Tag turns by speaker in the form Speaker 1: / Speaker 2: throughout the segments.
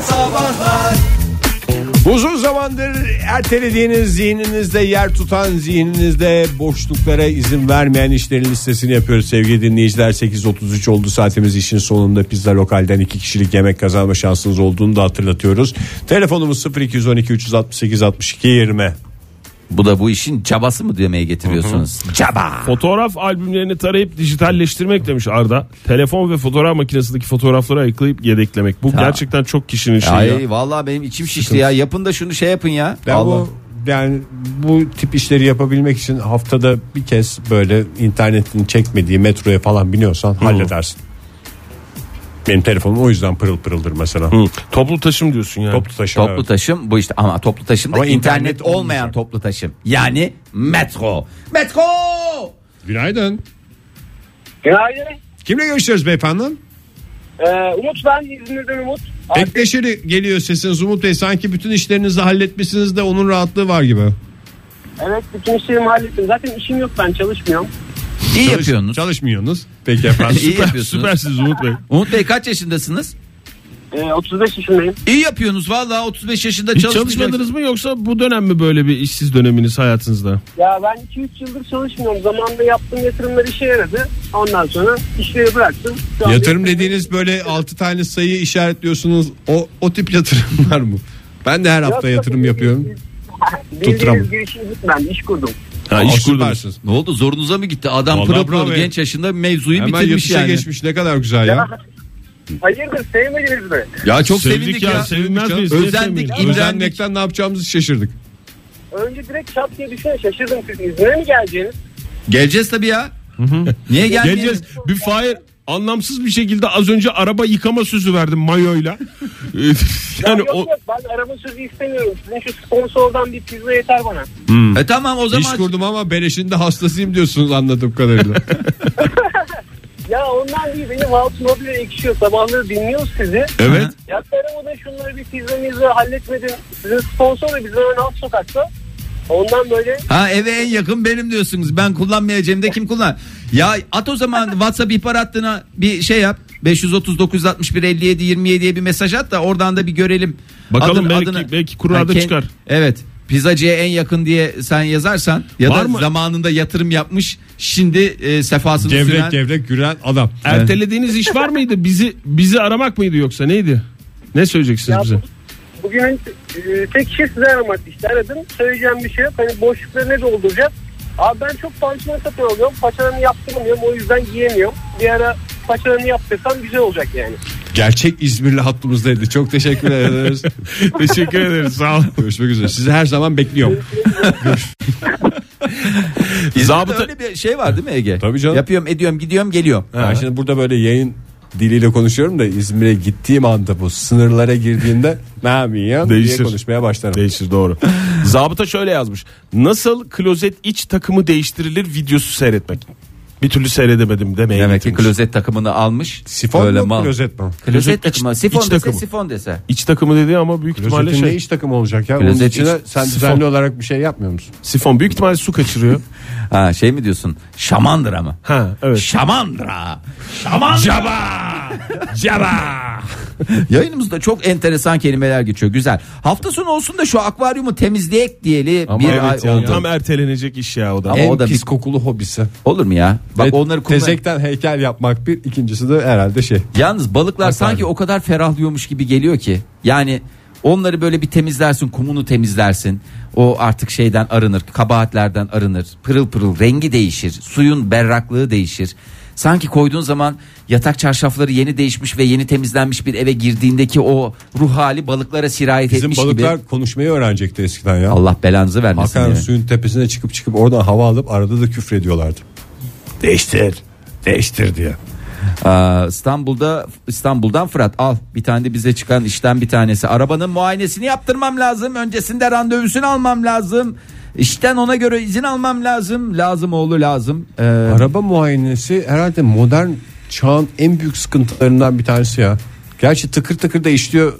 Speaker 1: sabahlar.
Speaker 2: Uzun zamandır ertelediğiniz zihninizde yer tutan zihninizde boşluklara izin vermeyen işlerin listesini yapıyoruz sevgili dinleyiciler. 8.33 oldu saatimiz işin sonunda pizza lokalden iki kişilik yemek kazanma şansınız olduğunu da hatırlatıyoruz. Telefonumuz 0212 368 62 20.
Speaker 3: Bu da bu işin çabası mı demeye getiriyorsunuz? Çaba.
Speaker 4: Fotoğraf albümlerini tarayıp dijitalleştirmek demiş Arda. Telefon ve fotoğraf makinesindeki fotoğrafları ayıklayıp yedeklemek. Bu gerçekten çok kişinin şeyi. ya.
Speaker 3: Ay vallahi benim içim şişti ya. Yapın da şunu şey yapın ya.
Speaker 2: Ben
Speaker 3: Vallahi.
Speaker 2: bu yani bu tip işleri yapabilmek için haftada bir kez böyle internetin çekmediği metroya falan biniyorsan halledersin. Benim telefonum o yüzden pırıl pırıldır mesela.
Speaker 4: Hı. Toplu taşım diyorsun yani.
Speaker 2: Toplu taşıma.
Speaker 3: Toplu
Speaker 2: evet.
Speaker 3: taşım bu işte ama toplu taşımda
Speaker 2: Ama
Speaker 3: internet,
Speaker 2: internet
Speaker 3: olmayan
Speaker 2: olmayacak.
Speaker 3: toplu taşım. Yani metro. Metro.
Speaker 2: Günaydın.
Speaker 5: Günaydın.
Speaker 2: Kimle görüşüyoruz beyefendi?
Speaker 5: Ee, Umut ben İzmir'den Umut.
Speaker 2: Bekleşeri geliyor sesiniz Umut Bey. Sanki bütün işlerinizi halletmişsiniz de onun rahatlığı var gibi.
Speaker 5: Evet bütün işlerimi hallettim. Zaten işim yok ben çalışmıyorum.
Speaker 3: İyi yapıyorsunuz.
Speaker 2: Çalışmıyorsunuz. Peki efendim.
Speaker 3: İyi yapıyorsunuz.
Speaker 4: Süpersiniz Umut Bey.
Speaker 3: Umut Bey kaç yaşındasınız?
Speaker 5: Ee, 35 yaşındayım.
Speaker 3: İyi yapıyorsunuz vallahi 35 yaşında
Speaker 4: Hiç
Speaker 3: çalışmayacaksınız.
Speaker 4: çalışmadınız mı yoksa bu dönem mi böyle bir işsiz döneminiz hayatınızda?
Speaker 5: Ya ben 2-3 yıldır çalışmıyorum. Zamanında yaptığım yatırımlar işe yaradı. Ondan sonra işleri bıraktım. Şu an-
Speaker 2: yatırım dediğiniz böyle 6 tane sayı işaretliyorsunuz. O, o tip yatırımlar mı? Ben de her hafta
Speaker 3: şey
Speaker 2: yatırım yapıyorum. tutturamam.
Speaker 5: Bildiğiniz girişimciyim ben. iş kurdum.
Speaker 4: Ha,
Speaker 2: Aa,
Speaker 4: iş kurdunuz.
Speaker 2: süpersiniz.
Speaker 3: Ne oldu zorunuza mı gitti? Adam
Speaker 2: Vallahi
Speaker 3: pırıl
Speaker 2: bravo
Speaker 3: pırıl
Speaker 2: ya.
Speaker 3: genç yaşında mevzuyu
Speaker 2: Hemen
Speaker 3: bitirmiş
Speaker 2: yapışa
Speaker 3: yani.
Speaker 2: geçmiş ne kadar güzel ya.
Speaker 5: Ya. Hayırdır sevmediniz mi?
Speaker 3: Ya çok
Speaker 4: Sevindik
Speaker 3: sevindik,
Speaker 4: ya,
Speaker 3: ya.
Speaker 4: sevinmez miyiz? Niye
Speaker 3: Özendik,
Speaker 4: sevinmeyelim?
Speaker 3: imrendik.
Speaker 2: Özenmekten ne yapacağımızı şaşırdık.
Speaker 5: Önce direkt çat diye düşüne şaşırdım siz İzmir'e mi geleceğiniz?
Speaker 3: Geleceğiz tabii ya. Niye gelmeyelim?
Speaker 4: Geleceğiz. Bir Fahir anlamsız bir şekilde az önce araba yıkama sözü verdim mayoyla. yani
Speaker 5: yok
Speaker 4: o
Speaker 5: yok ben araba sözü istemiyorum. Sizin şu sponsordan bir pizza yeter bana.
Speaker 3: E tamam o
Speaker 2: İş
Speaker 3: zaman
Speaker 2: kurdum ama beleşinde hastasıyım diyorsunuz anladığım kadarıyla.
Speaker 5: Ya ondan değil benim altın o bile ekşiyor. Sabahları dinliyoruz sizi.
Speaker 2: evet.
Speaker 5: Ya karımı da şunları bir pizzanızı halletmedim. Sizin sponsor da bizden ön alt sokakta. Ondan böyle
Speaker 3: Ha eve en yakın benim diyorsunuz. Ben kullanmayacağım da kim kullan? Ya at o zaman WhatsApp ihbar hattına bir şey yap. 539 61 57 27'ye bir mesaj at da oradan da bir görelim.
Speaker 4: Bakalım belki- belki kuru adı
Speaker 3: kend-
Speaker 4: çıkar.
Speaker 3: Evet. Pizzacıya en yakın diye sen yazarsan ya
Speaker 4: Var
Speaker 3: da
Speaker 4: mı?
Speaker 3: zamanında yatırım yapmış şimdi e, sefasını
Speaker 2: Gevrek
Speaker 3: süren-
Speaker 2: gevrek gülen adam.
Speaker 4: ertelediğiniz iş var mıydı? Bizi bizi aramak mıydı yoksa neydi? Ne söyleyeceksiniz
Speaker 5: Ya
Speaker 4: bize?
Speaker 5: bugünün e, tek işi size aramak işte aradım. Söyleyeceğim bir şey yok. Hani boşlukları ne dolduracak? Abi ben çok pançaları satın alıyorum. Paçalarını yaptıramıyorum. O yüzden giyemiyorum. Bir ara paçalarını yaptırsam güzel olacak yani.
Speaker 2: Gerçek İzmirli hattımızdaydı. Çok teşekkür ederiz.
Speaker 4: Teşekkür ederiz sağ olun.
Speaker 2: Görüşmek üzere. Sizi her zaman bekliyorum.
Speaker 3: İzmir'de
Speaker 4: Zabıta-
Speaker 3: öyle bir şey var değil mi Ege?
Speaker 2: Tabii canım.
Speaker 3: Yapıyorum ediyorum gidiyorum geliyorum.
Speaker 2: Ben şimdi burada böyle yayın diliyle konuşuyorum da İzmir'e gittiğim anda bu sınırlara girdiğinde ne yapayım diye
Speaker 4: Değişir.
Speaker 2: konuşmaya başlarım.
Speaker 4: Değişir doğru. Zabıta şöyle yazmış. Nasıl klozet iç takımı değiştirilir videosu seyretmek. Bir türlü seyredemedim demeye
Speaker 3: Demek ki
Speaker 4: getirmiş.
Speaker 3: klozet takımını almış.
Speaker 2: Sifon
Speaker 3: Öyle
Speaker 2: mu
Speaker 3: mal.
Speaker 2: klozet mi?
Speaker 3: Klozet
Speaker 4: Klozet iç-
Speaker 3: takımı.
Speaker 4: iç
Speaker 3: Sifon dese
Speaker 4: takımı.
Speaker 3: sifon dese.
Speaker 4: İç takımı dedi ama büyük ihtimalle
Speaker 2: Klozetin ne
Speaker 4: şey,
Speaker 2: iş takımı olacak ya? Onun
Speaker 3: Klozet
Speaker 2: içine
Speaker 3: iç-
Speaker 2: sen
Speaker 4: sifon.
Speaker 2: düzenli olarak bir şey yapmıyor musun?
Speaker 4: sifon büyük ihtimalle su kaçırıyor.
Speaker 3: Ha şey mi diyorsun? Şamandıra mı?
Speaker 4: ha evet.
Speaker 3: Şamandıra. Şamandıra. Yayınımızda çok enteresan kelimeler geçiyor. Güzel. Hafta sonu olsun da şu akvaryumu temizleyek diyeli bir
Speaker 4: evet
Speaker 3: ay
Speaker 4: ya,
Speaker 3: oldu.
Speaker 4: Tam ertelenecek iş ya o da.
Speaker 3: Ama
Speaker 2: En
Speaker 3: o da
Speaker 2: pis
Speaker 3: bir-
Speaker 2: kokulu hobisi.
Speaker 3: Olur mu ya? Bak onları kullan.
Speaker 2: Tezekten heykel yapmak bir ikincisi de herhalde şey.
Speaker 3: Yalnız balıklar sanki o kadar ferahlıyormuş gibi geliyor ki. Yani onları böyle bir temizlersin, kumunu temizlersin. O artık şeyden arınır, kabahatlerden arınır. Pırıl pırıl rengi değişir, suyun berraklığı değişir. Sanki koyduğun zaman yatak çarşafları yeni değişmiş ve yeni temizlenmiş bir eve girdiğindeki o ruh hali balıklara sirayet
Speaker 2: Bizim
Speaker 3: etmiş
Speaker 2: balıklar
Speaker 3: gibi.
Speaker 2: konuşmayı öğrenecekti eskiden ya.
Speaker 3: Allah belanızı vermesin.
Speaker 2: Hakan
Speaker 3: yani.
Speaker 2: suyun tepesine çıkıp çıkıp oradan hava alıp arada da küfrediyorlardı. Değiştir. Değiştir diye.
Speaker 3: Aa, İstanbul'da İstanbul'dan Fırat al bir tane de bize çıkan işten bir tanesi arabanın muayenesini yaptırmam lazım öncesinde randevusunu almam lazım işten ona göre izin almam lazım lazım oğlu lazım Ee,
Speaker 2: Araba muayenesi herhalde modern çağın en büyük sıkıntılarından bir tanesi ya. Gerçi tıkır tıkır da işliyor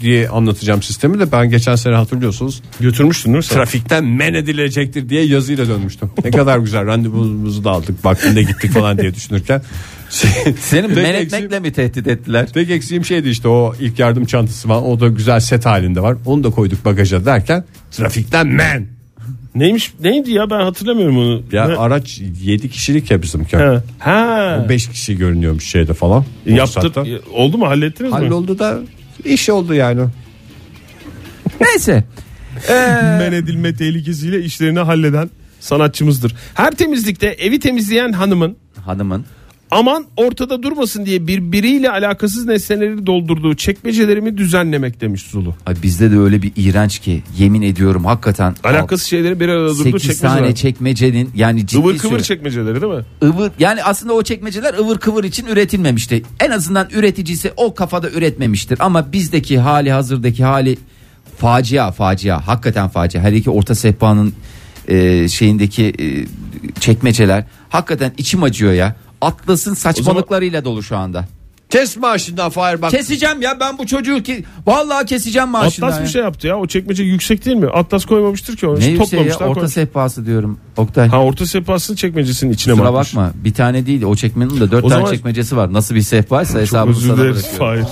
Speaker 2: diye anlatacağım sistemi de ben geçen sene hatırlıyorsunuz
Speaker 4: Götürmüştün değil mi sen?
Speaker 2: trafikten men edilecektir diye yazıyla dönmüştüm. Ne kadar güzel randevumuzu da aldık vaktinde gittik falan diye düşünürken.
Speaker 1: Seni
Speaker 2: Tek
Speaker 1: men
Speaker 2: eksiğim-
Speaker 1: etmekle mi tehdit ettiler?
Speaker 2: Tek eksiğim şeydi işte o ilk yardım çantası var o da güzel set halinde var onu da koyduk bagaja derken trafikten men.
Speaker 4: Neymiş neydi ya ben hatırlamıyorum onu.
Speaker 2: Ya
Speaker 4: Ne-
Speaker 2: araç 7 kişilik ya bizimki.
Speaker 4: ha. ha.
Speaker 2: 5 kişi görünüyormuş şeyde falan.
Speaker 4: Yaptır.
Speaker 2: Ruhsatta.
Speaker 4: Oldu mu hallettiniz mi?
Speaker 2: Halloldu da iş oldu yani.
Speaker 1: Neyse.
Speaker 4: Men edilme tehlikesiyle işlerini halleden sanatçımızdır. Her temizlikte evi temizleyen hanımın
Speaker 1: Hanımın.
Speaker 4: aman ortada durmasın diye birbiriyle alakasız nesneleri doldurduğu çekmecelerimi düzenlemek demiş Zulu.
Speaker 1: Ay bizde de öyle bir iğrenç ki yemin ediyorum hakikaten.
Speaker 4: Alakasız şeyleri bir arada durduğu
Speaker 1: 8 tane
Speaker 4: çekmeceler.
Speaker 1: çekmecenin yani ciddi
Speaker 4: Ivır kıvır
Speaker 1: söylüyorum.
Speaker 4: çekmeceleri değil mi?
Speaker 1: ıvır yani aslında o çekmeceler ıvır kıvır için üretilmemişti. En azından üreticisi o kafada üretmemiştir ama bizdeki hali hazırdaki hali facia facia hakikaten facia. Her iki orta sehpanın e, şeyindeki e, çekmeceler hakikaten içim acıyor ya. Atlas'ın saçmalıklarıyla dolu şu anda.
Speaker 2: Kes maaşından Fahir bak.
Speaker 1: Keseceğim ya ben bu çocuğu ki vallahi keseceğim maaşından.
Speaker 4: Atlas
Speaker 1: ya.
Speaker 4: bir şey yaptı ya. O çekmece yüksek değil mi? Atlas koymamıştır ki
Speaker 1: Ne
Speaker 4: onu. toplamışlar.
Speaker 1: yükseği ya orta
Speaker 4: koymuş.
Speaker 1: sehpası diyorum Oktay.
Speaker 4: Ha orta sehpasını çekmecesinin içine mi
Speaker 1: Kusura
Speaker 4: atmış?
Speaker 1: bakma bir tane değil o çekmenin de dört tane
Speaker 4: O zaman-
Speaker 1: çekmecesi var. Nasıl bir sehpaysa hesabını sana
Speaker 4: Özür
Speaker 1: bırakıyorum.
Speaker 4: dileriz. Hayır.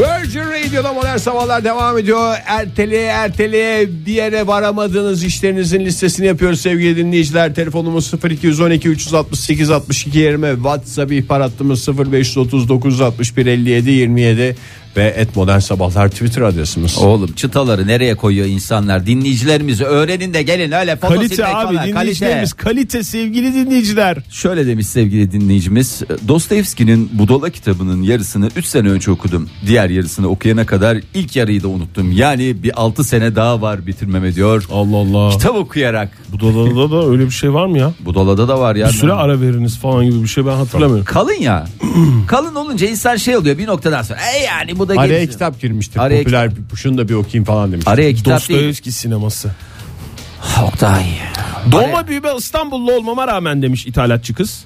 Speaker 2: Virgin Radio'da modern sabahlar devam ediyor. Erteleye erteleye bir yere varamadığınız işlerinizin listesini yapıyoruz sevgili dinleyiciler. Telefonumuz 0212 368 62 20 WhatsApp ihbar hattımız 0539 61 57 27 ve et modern sabahlar Twitter adresimiz.
Speaker 1: Oğlum çıtaları nereye koyuyor insanlar? Dinleyicilerimizi öğrenin de gelin öyle fotosilmek
Speaker 4: Kalite abi
Speaker 1: falan. Kalite.
Speaker 4: dinleyicilerimiz kalite sevgili dinleyiciler.
Speaker 1: Şöyle demiş sevgili dinleyicimiz. Dostoyevski'nin Budala kitabının yarısını 3 sene önce okudum. Diğer yarısını okuyana kadar ilk yarıyı da unuttum. Yani bir 6 sene daha var bitirmeme diyor.
Speaker 4: Allah Allah.
Speaker 1: Kitap okuyarak.
Speaker 4: Bu Budala'da da öyle bir şey var mı ya?
Speaker 1: Budala'da da var ya.
Speaker 4: Bir süre ara veriniz falan gibi bir şey ben hatırlamıyorum.
Speaker 1: Kalın ya. Kalın olunca insan şey oluyor bir noktadan sonra. E yani bu da
Speaker 2: Araya
Speaker 1: gelişiyor."
Speaker 2: kitap girmiştir.
Speaker 1: Araya
Speaker 2: Popüler şunu da bir okuyayım falan demiş.
Speaker 1: Araya E, kitap değil.
Speaker 4: Dostoyevski sineması.
Speaker 1: Oktay.
Speaker 4: Doğma büyüme İstanbullu olmama rağmen demiş ithalatçı kız.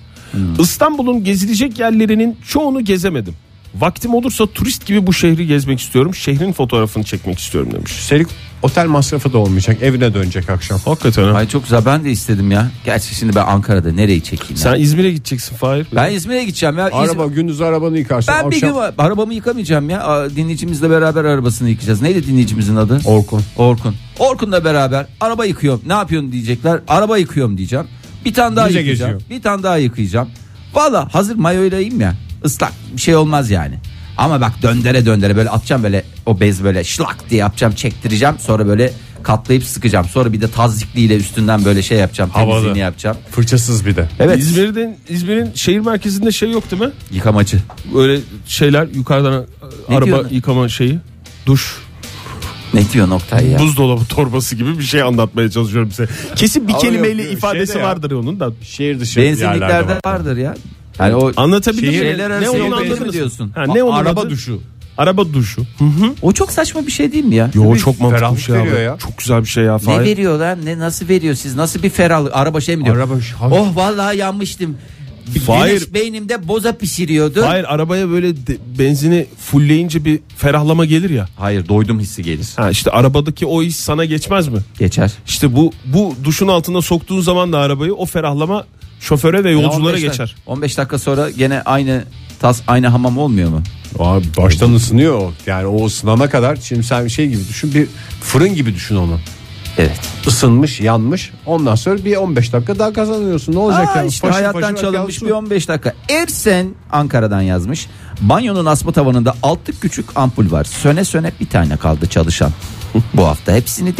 Speaker 4: İstanbul'un gezilecek yerlerinin çoğunu gezemedim. Vaktim olursa turist gibi bu şehri gezmek istiyorum. Şehrin fotoğrafını çekmek istiyorum demiş.
Speaker 2: Üstelik otel masrafı da olmayacak. Evine dönecek akşam.
Speaker 4: Hakikaten ha.
Speaker 1: Ay çok güzel ben de istedim ya. Gerçi şimdi ben Ankara'da nereyi çekeyim? ya?
Speaker 4: Sen İzmir'e gideceksin Fahir.
Speaker 1: Ben İzmir'e gideceğim ya. İzmir-
Speaker 2: Araba gündüz arabanı yıkarsın.
Speaker 1: Ben bir
Speaker 2: akşam...
Speaker 1: gün arabamı yıkamayacağım ya. Aa, Dinleyicimizle beraber arabasını yıkayacağız. Neydi dinleyicimizin adı?
Speaker 2: Orkun.
Speaker 1: Orkun. Orkun'la beraber araba yıkıyorum. Ne yapıyorsun diyecekler. Araba yıkıyorum diyeceğim. Bir tane daha
Speaker 2: Güzel
Speaker 1: yıkayacağım.
Speaker 2: geziyor.
Speaker 1: Bir tane daha yıkayacağım. Valla hazır mayoylayım ya. Islak bir şey olmaz yani. Ama bak döndere döndere böyle atacağım böyle o bez böyle şlak diye yapacağım çektireceğim. Sonra böyle katlayıp sıkacağım. Sonra bir de tazikliyle üstünden böyle şey yapacağım.
Speaker 2: Havalı.
Speaker 1: Temizliğini yapacağım.
Speaker 2: Fırçasız bir de.
Speaker 1: Evet.
Speaker 4: İzmir'den İzmir'in şehir merkezinde şey yok değil mi?
Speaker 1: Yıkamacı.
Speaker 4: Böyle şeyler yukarıdan e,
Speaker 1: Ne
Speaker 4: araba
Speaker 1: diyorsun?
Speaker 4: yıkama şeyi. Duş,
Speaker 1: Ne diyor Oktay ya?
Speaker 4: buzdolabı torbası gibi bir şey anlatmaya çalışıyorum size. Kesin bir
Speaker 2: Ama
Speaker 4: kelimeyle
Speaker 2: yok, yok,
Speaker 4: ifadesi
Speaker 2: şeyde ya.
Speaker 4: vardır onun da.
Speaker 2: Şehir dışı yerlerde
Speaker 1: Benzinliklerde
Speaker 2: var.
Speaker 1: vardır ya. Yani o
Speaker 4: Anlatabilir
Speaker 1: Şehir-
Speaker 4: miyim?
Speaker 1: Şeyler
Speaker 4: Ne
Speaker 1: arası yol
Speaker 4: onu
Speaker 1: benzin mi
Speaker 4: anladınız?
Speaker 1: diyorsun?
Speaker 4: Ha, ne onun
Speaker 2: Araba
Speaker 4: adı?
Speaker 2: duşu.
Speaker 4: Araba duşu.
Speaker 1: o çok saçma bir şey değil mi ya?
Speaker 4: Yo çok mantıklı bir
Speaker 2: ferahlık
Speaker 4: şey abi.
Speaker 2: veriyor ya.
Speaker 4: Çok güzel bir şey ya.
Speaker 1: Ne
Speaker 4: Fahir.
Speaker 1: veriyor lan? Ne nasıl veriyor siz? Nasıl bir ferahlık? Araba şey mi diyor?
Speaker 2: Araba şu- hafif-
Speaker 1: Oh vallahi yanmıştım.
Speaker 4: Fahir-
Speaker 1: Güneş beynimde boza pişiriyordu.
Speaker 4: Hayır arabaya böyle de- benzini fullleyince bir ferahlama gelir ya.
Speaker 1: Hayır, doydum hissi gelir.
Speaker 4: Ha işte arabadaki o iş sana geçmez mi?
Speaker 1: Geçer.
Speaker 4: İşte bu bu duşun altına soktuğun zaman da arabayı o ferahlama şoföre ve yolculara
Speaker 1: 15 dak-
Speaker 4: geçer.
Speaker 1: 15 dakika sonra gene aynı tas aynı hamam olmuyor mu?
Speaker 2: Abi baştan ısınıyor o. Yani o ısınana kadar şimdi sen bir şey gibi düşün bir fırın gibi düşün onu.
Speaker 1: Evet.
Speaker 2: Isınmış yanmış ondan sonra bir 15 dakika daha kazanıyorsun ne olacak
Speaker 1: Aa,
Speaker 2: yani?
Speaker 1: işte
Speaker 2: Faşır
Speaker 1: hayattan
Speaker 2: faşır
Speaker 1: çalınmış
Speaker 2: yansın.
Speaker 1: bir 15 dakika. Ersen Ankara'dan yazmış. Banyonun asma tavanında altı küçük ampul var. Söne söne bir tane kaldı çalışan. Bu hafta hepsini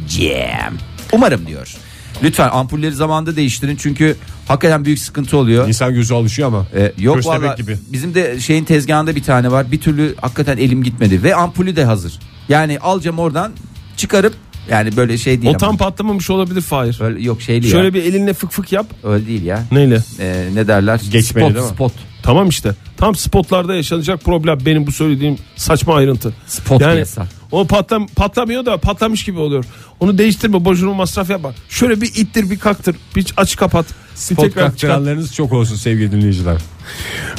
Speaker 1: değiştireceğim. Umarım diyor. Lütfen ampulleri zamanında değiştirin çünkü hakikaten büyük sıkıntı oluyor.
Speaker 2: İnsan gözü alışıyor ama.
Speaker 1: Ee, yok
Speaker 2: Köstebek
Speaker 1: valla
Speaker 2: gibi.
Speaker 1: bizim de şeyin tezgahında bir tane var. Bir türlü hakikaten elim gitmedi ve ampulü de hazır. Yani alacağım oradan çıkarıp yani böyle şey değil.
Speaker 4: O tam
Speaker 1: ama.
Speaker 4: patlamamış olabilir Fahir.
Speaker 1: Böyle yok şeyli ya.
Speaker 4: Şöyle bir elinle fık fık yap.
Speaker 1: Öyle değil ya.
Speaker 4: Neyle?
Speaker 1: Ee, ne derler?
Speaker 2: Geçmeli
Speaker 1: spot,
Speaker 2: değil mi?
Speaker 1: Spot.
Speaker 4: Tamam işte. Tam spotlarda yaşanacak problem benim bu söylediğim saçma ayrıntı.
Speaker 1: Spot
Speaker 4: yani
Speaker 1: piyasa.
Speaker 4: o patlam patlamıyor da patlamış gibi oluyor. Onu değiştirme boşuna masraf yapma. Şöyle bir ittir bir kaktır. Bir aç kapat. Siz
Speaker 2: Pot
Speaker 4: tekrar çıkar.
Speaker 2: kaptıranlarınız çok olsun sevgili dinleyiciler.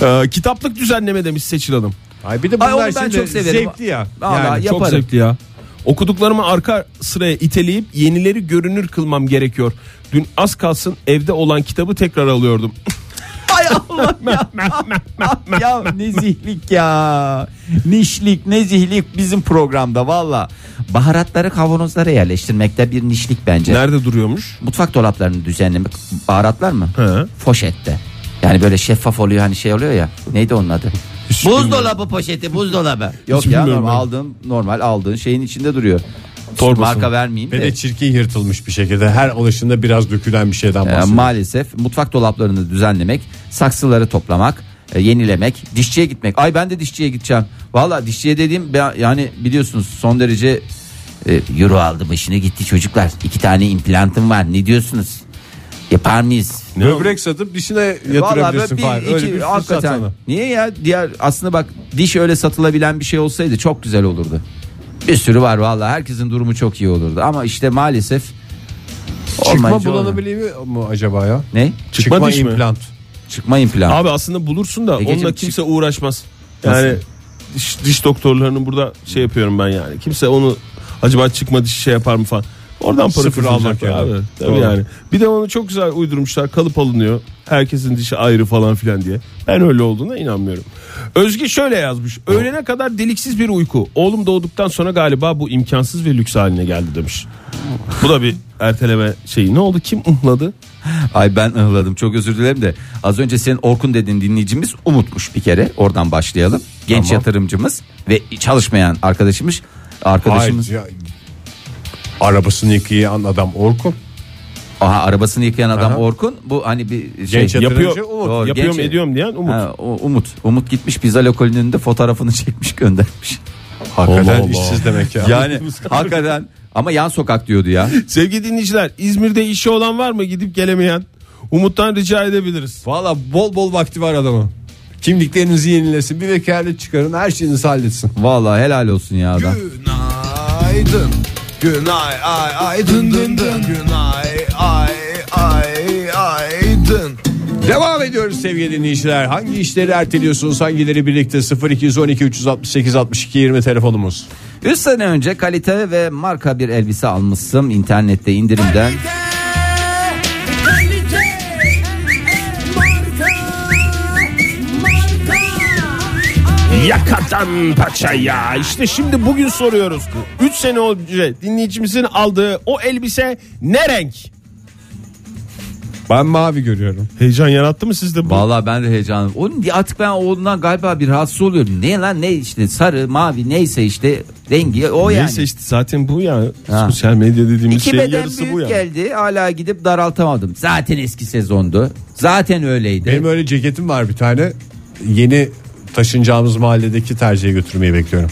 Speaker 4: Ee, kitaplık düzenleme demiş Seçil Hanım.
Speaker 2: Ay bir de
Speaker 1: Ay onu
Speaker 2: bunlar
Speaker 1: ben
Speaker 2: şimdi
Speaker 1: çok severim.
Speaker 2: zevkli ya.
Speaker 1: Vallahi
Speaker 2: Yani
Speaker 4: Çok
Speaker 1: Yaparım.
Speaker 4: zevkli ya. Okuduklarımı arka sıraya iteleyip yenileri görünür kılmam gerekiyor. Dün az kalsın evde olan kitabı tekrar alıyordum.
Speaker 1: Ay Allah ya. ya ne zihlik ya. Nişlik ne zihlik bizim programda valla. Baharatları kavanozlara yerleştirmekte bir nişlik bence.
Speaker 4: Nerede duruyormuş?
Speaker 1: Mutfak dolaplarını düzenlemek. Baharatlar mı?
Speaker 4: He.
Speaker 1: Foşette. Yani böyle şeffaf oluyor hani şey oluyor ya. Neydi onun adı? buzdolabı poşeti buzdolabı. Yok
Speaker 4: Hiç
Speaker 1: ya
Speaker 4: bilmiyorum
Speaker 1: normal
Speaker 4: ben.
Speaker 1: aldığın normal aldığın şeyin içinde duruyor.
Speaker 4: Torbası
Speaker 1: Marka
Speaker 4: mı?
Speaker 1: vermeyeyim
Speaker 2: Ve
Speaker 1: de.
Speaker 2: de çirkin yırtılmış bir şekilde her alışında biraz dökülen bir şeyden
Speaker 1: Ee,
Speaker 2: bahsediyoruz.
Speaker 1: maalesef mutfak dolaplarını düzenlemek, saksıları toplamak, e, yenilemek, dişçiye gitmek. Ay ben de dişçiye gideceğim. Valla dişçiye dediğim ben- yani biliyorsunuz son derece e, euro aldı başına gitti çocuklar. İki tane implantım var ne diyorsunuz? Yapar mıyız?
Speaker 2: Böbrek satıp dişine
Speaker 1: Vallahi böyle
Speaker 2: yatırabilirsin Fahir. Öyle bir fırsat
Speaker 1: hakikaten.
Speaker 2: sana.
Speaker 1: Niye ya diğer aslında bak diş öyle satılabilen bir şey olsaydı çok güzel olurdu. Bir sürü var valla herkesin durumu çok iyi olurdu ama işte maalesef
Speaker 2: Çıkma
Speaker 1: olmayınca olmuyor.
Speaker 2: bulanabiliyor mu acaba ya?
Speaker 1: Ne?
Speaker 4: Çıkma
Speaker 2: Çıkma,
Speaker 4: diş mi?
Speaker 2: implant.
Speaker 1: Çıkma implantı.
Speaker 4: Abi aslında bulursun da
Speaker 1: Egeciğim,
Speaker 4: onunla
Speaker 1: çık-
Speaker 4: kimse uğraşmaz. Yani diş, diş doktorlarının burada şey yapıyorum ben yani. Kimse onu acaba çıkma dişi şey yapar mı falan. Oradan para
Speaker 2: Sıfır almak
Speaker 4: kazanacaklar
Speaker 2: yani.
Speaker 4: abi. Tabii
Speaker 2: Doğru.
Speaker 4: yani. Bir de onu çok güzel uydurmuşlar. Kalıp alınıyor. Herkesin dişi ayrı falan filan diye. Ben öyle olduğuna inanmıyorum. Özge şöyle yazmış. Öğlene kadar deliksiz bir uyku. Oğlum doğduktan sonra galiba bu imkansız ve lüks haline geldi demiş. Bu da bir erteleme şeyi. Ne oldu? Kim ıhladı?
Speaker 1: Ay ben ıhladım çok özür dilerim de az önce senin Orkun dediğin dinleyicimiz Umut'muş bir kere oradan başlayalım. Genç yatırımcımız ve çalışmayan arkadaşımız arkadaşımız
Speaker 2: Hayır, ya- Arabasını yıkayan adam Orkun.
Speaker 1: aha arabasını yıkayan adam
Speaker 2: Aha.
Speaker 1: Orkun bu hani bir şey
Speaker 2: Genç yatırımcı
Speaker 4: Yapıyor.
Speaker 2: Umut.
Speaker 1: Doğru.
Speaker 4: Yapıyorum
Speaker 1: genç-
Speaker 4: ediyorum diyen Umut.
Speaker 1: Ha, o- Umut Umut gitmiş pizza lokalinin de fotoğrafını çekmiş göndermiş.
Speaker 2: Hakikaten
Speaker 4: Allah Allah.
Speaker 2: işsiz demek ya.
Speaker 1: Yani hakikaten ama yan sokak diyordu ya.
Speaker 4: Sevgili dinleyiciler İzmir'de işi olan var mı gidip gelemeyen? Umut'tan rica edebiliriz.
Speaker 2: Valla bol bol vakti var adamın. Kimliklerinizi yenilesin, bir vekalet çıkarın, her şeyinizi halletsin.
Speaker 1: Vallahi helal olsun ya adam.
Speaker 3: Günaydın. Günay ay ay dın dın dın. Günay ay ay ay dın.
Speaker 2: Devam ediyoruz sevgili dinleyiciler. Hangi işleri erteliyorsunuz? Hangileri birlikte? 0212 368 62 20 telefonumuz.
Speaker 1: 3 sene önce kalite ve marka bir elbise almışsın internette indirimden.
Speaker 4: Yakadan paçaya. İşte şimdi bugün soruyoruz. 3 sene önce dinleyicimizin aldığı o elbise ne renk?
Speaker 2: Ben mavi görüyorum.
Speaker 4: Heyecan yarattı mı sizde bu?
Speaker 1: Vallahi ben de heyecanım. Onun diye artık ben ondan galiba bir rahatsız oluyorum. Ne lan ne işte sarı, mavi neyse işte rengi o yani.
Speaker 4: Neyse işte zaten bu ya.
Speaker 1: Ha.
Speaker 4: Sosyal medya dediğimiz
Speaker 1: İki
Speaker 4: şeyin
Speaker 1: beden
Speaker 4: yarısı
Speaker 1: büyük
Speaker 4: bu ya.
Speaker 1: geldi. Hala gidip daraltamadım. Zaten eski sezondu. Zaten öyleydi.
Speaker 2: Benim öyle ceketim var bir tane. Yeni taşınacağımız mahalledeki tercihe götürmeyi bekliyorum.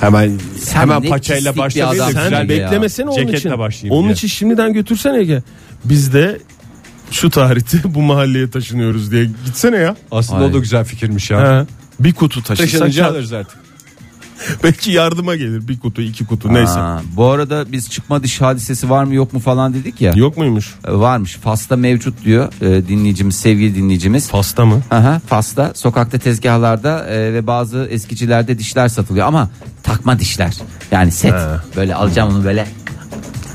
Speaker 2: Hemen
Speaker 1: Sen
Speaker 2: hemen
Speaker 1: ne pislik
Speaker 2: paçayla
Speaker 1: bir
Speaker 2: başlamayı da
Speaker 1: adamsın
Speaker 2: güzel
Speaker 4: Sen
Speaker 1: Güzel ya.
Speaker 4: beklemesene onun
Speaker 2: Ceketle
Speaker 4: için.
Speaker 2: başlayayım
Speaker 4: Onun
Speaker 2: diye.
Speaker 4: için şimdiden götürsen Ege. Biz de şu tarihte bu mahalleye taşınıyoruz diye gitsene ya.
Speaker 2: Aslında
Speaker 1: Ay.
Speaker 2: o da güzel fikirmiş ya.
Speaker 4: Ha. Bir kutu taşısak
Speaker 2: Taşınınca
Speaker 4: ya-
Speaker 2: alırız artık.
Speaker 4: belki yardıma gelir. Bir kutu, iki kutu neyse.
Speaker 1: Aa, bu arada biz çıkma diş hadisesi var mı yok mu falan dedik ya.
Speaker 4: Yok muymuş?
Speaker 1: E, Varmış. Fas'ta mevcut diyor e, dinleyicimiz, sevgili dinleyicimiz.
Speaker 4: Pasta mı?
Speaker 1: Aha, Fas'ta sokakta tezgahlarda e, ve bazı eskicilerde dişler satılıyor ama takma dişler. Yani set. Böyle alacağım onu böyle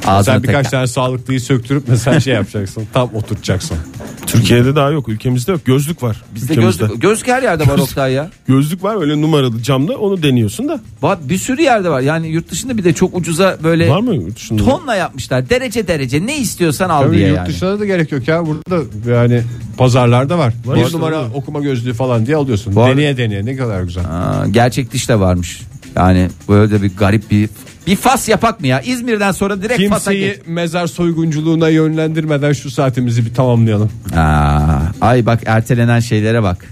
Speaker 1: ağzına
Speaker 2: Sen birkaç
Speaker 1: tekrar-
Speaker 2: tane sağlıklıyı söktürüp mesela şey yapacaksın. Tam oturtacaksın.
Speaker 4: Türkiye'de daha yok. Ülkemizde yok. Gözlük var.
Speaker 1: Bizde
Speaker 4: ülkemizde.
Speaker 1: gözlük, gözlük her yerde var Oktay ya.
Speaker 4: Gözlük var öyle numaralı camda onu deniyorsun da.
Speaker 1: Va- Bir sürü yerde var. Yani yurt dışında bir de çok ucuza böyle
Speaker 4: Var mı yurt dışında?
Speaker 1: tonla yapmışlar. Derece derece ne istiyorsan al
Speaker 2: Tabii
Speaker 1: diye
Speaker 2: yurt
Speaker 1: yani.
Speaker 2: dışına da gerek yok ya. Burada yani pazarlarda var. Bir
Speaker 4: işte,
Speaker 2: numara
Speaker 4: var.
Speaker 2: okuma gözlüğü falan diye alıyorsun.
Speaker 1: arada-
Speaker 2: deneye deneye ne kadar güzel.
Speaker 1: Aa, gerçek diş de varmış. Yani böyle de bir garip bir bir fas yapak mı ya? İzmir'den sonra direkt Fas'a geç.
Speaker 2: Kimseyi mezar soygunculuğuna yönlendirmeden şu saatimizi bir tamamlayalım.
Speaker 1: Aa, ay bak ertelenen şeylere bak.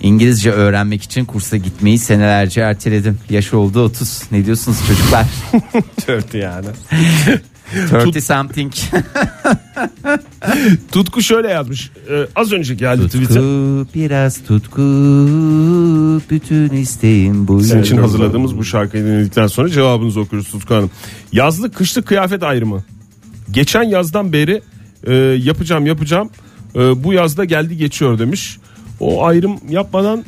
Speaker 1: İngilizce öğrenmek için kursa gitmeyi senelerce erteledim. Yaş oldu 30. Ne diyorsunuz çocuklar?
Speaker 2: Dört yani.
Speaker 1: 30 something.
Speaker 4: Tutku şöyle yazmış. Ee, az önce geldi Twitter.
Speaker 1: tutku biraz tutku bütün isteğim bu.
Speaker 4: Sizin için
Speaker 1: yol.
Speaker 4: hazırladığımız bu şarkıyı dinledikten sonra cevabınızı okuyoruz Tutku Hanım. Yazlık kışlık kıyafet ayrımı. Geçen yazdan beri e, yapacağım yapacağım Ee, bu yazda geldi geçiyor demiş. O ayrım yapmadan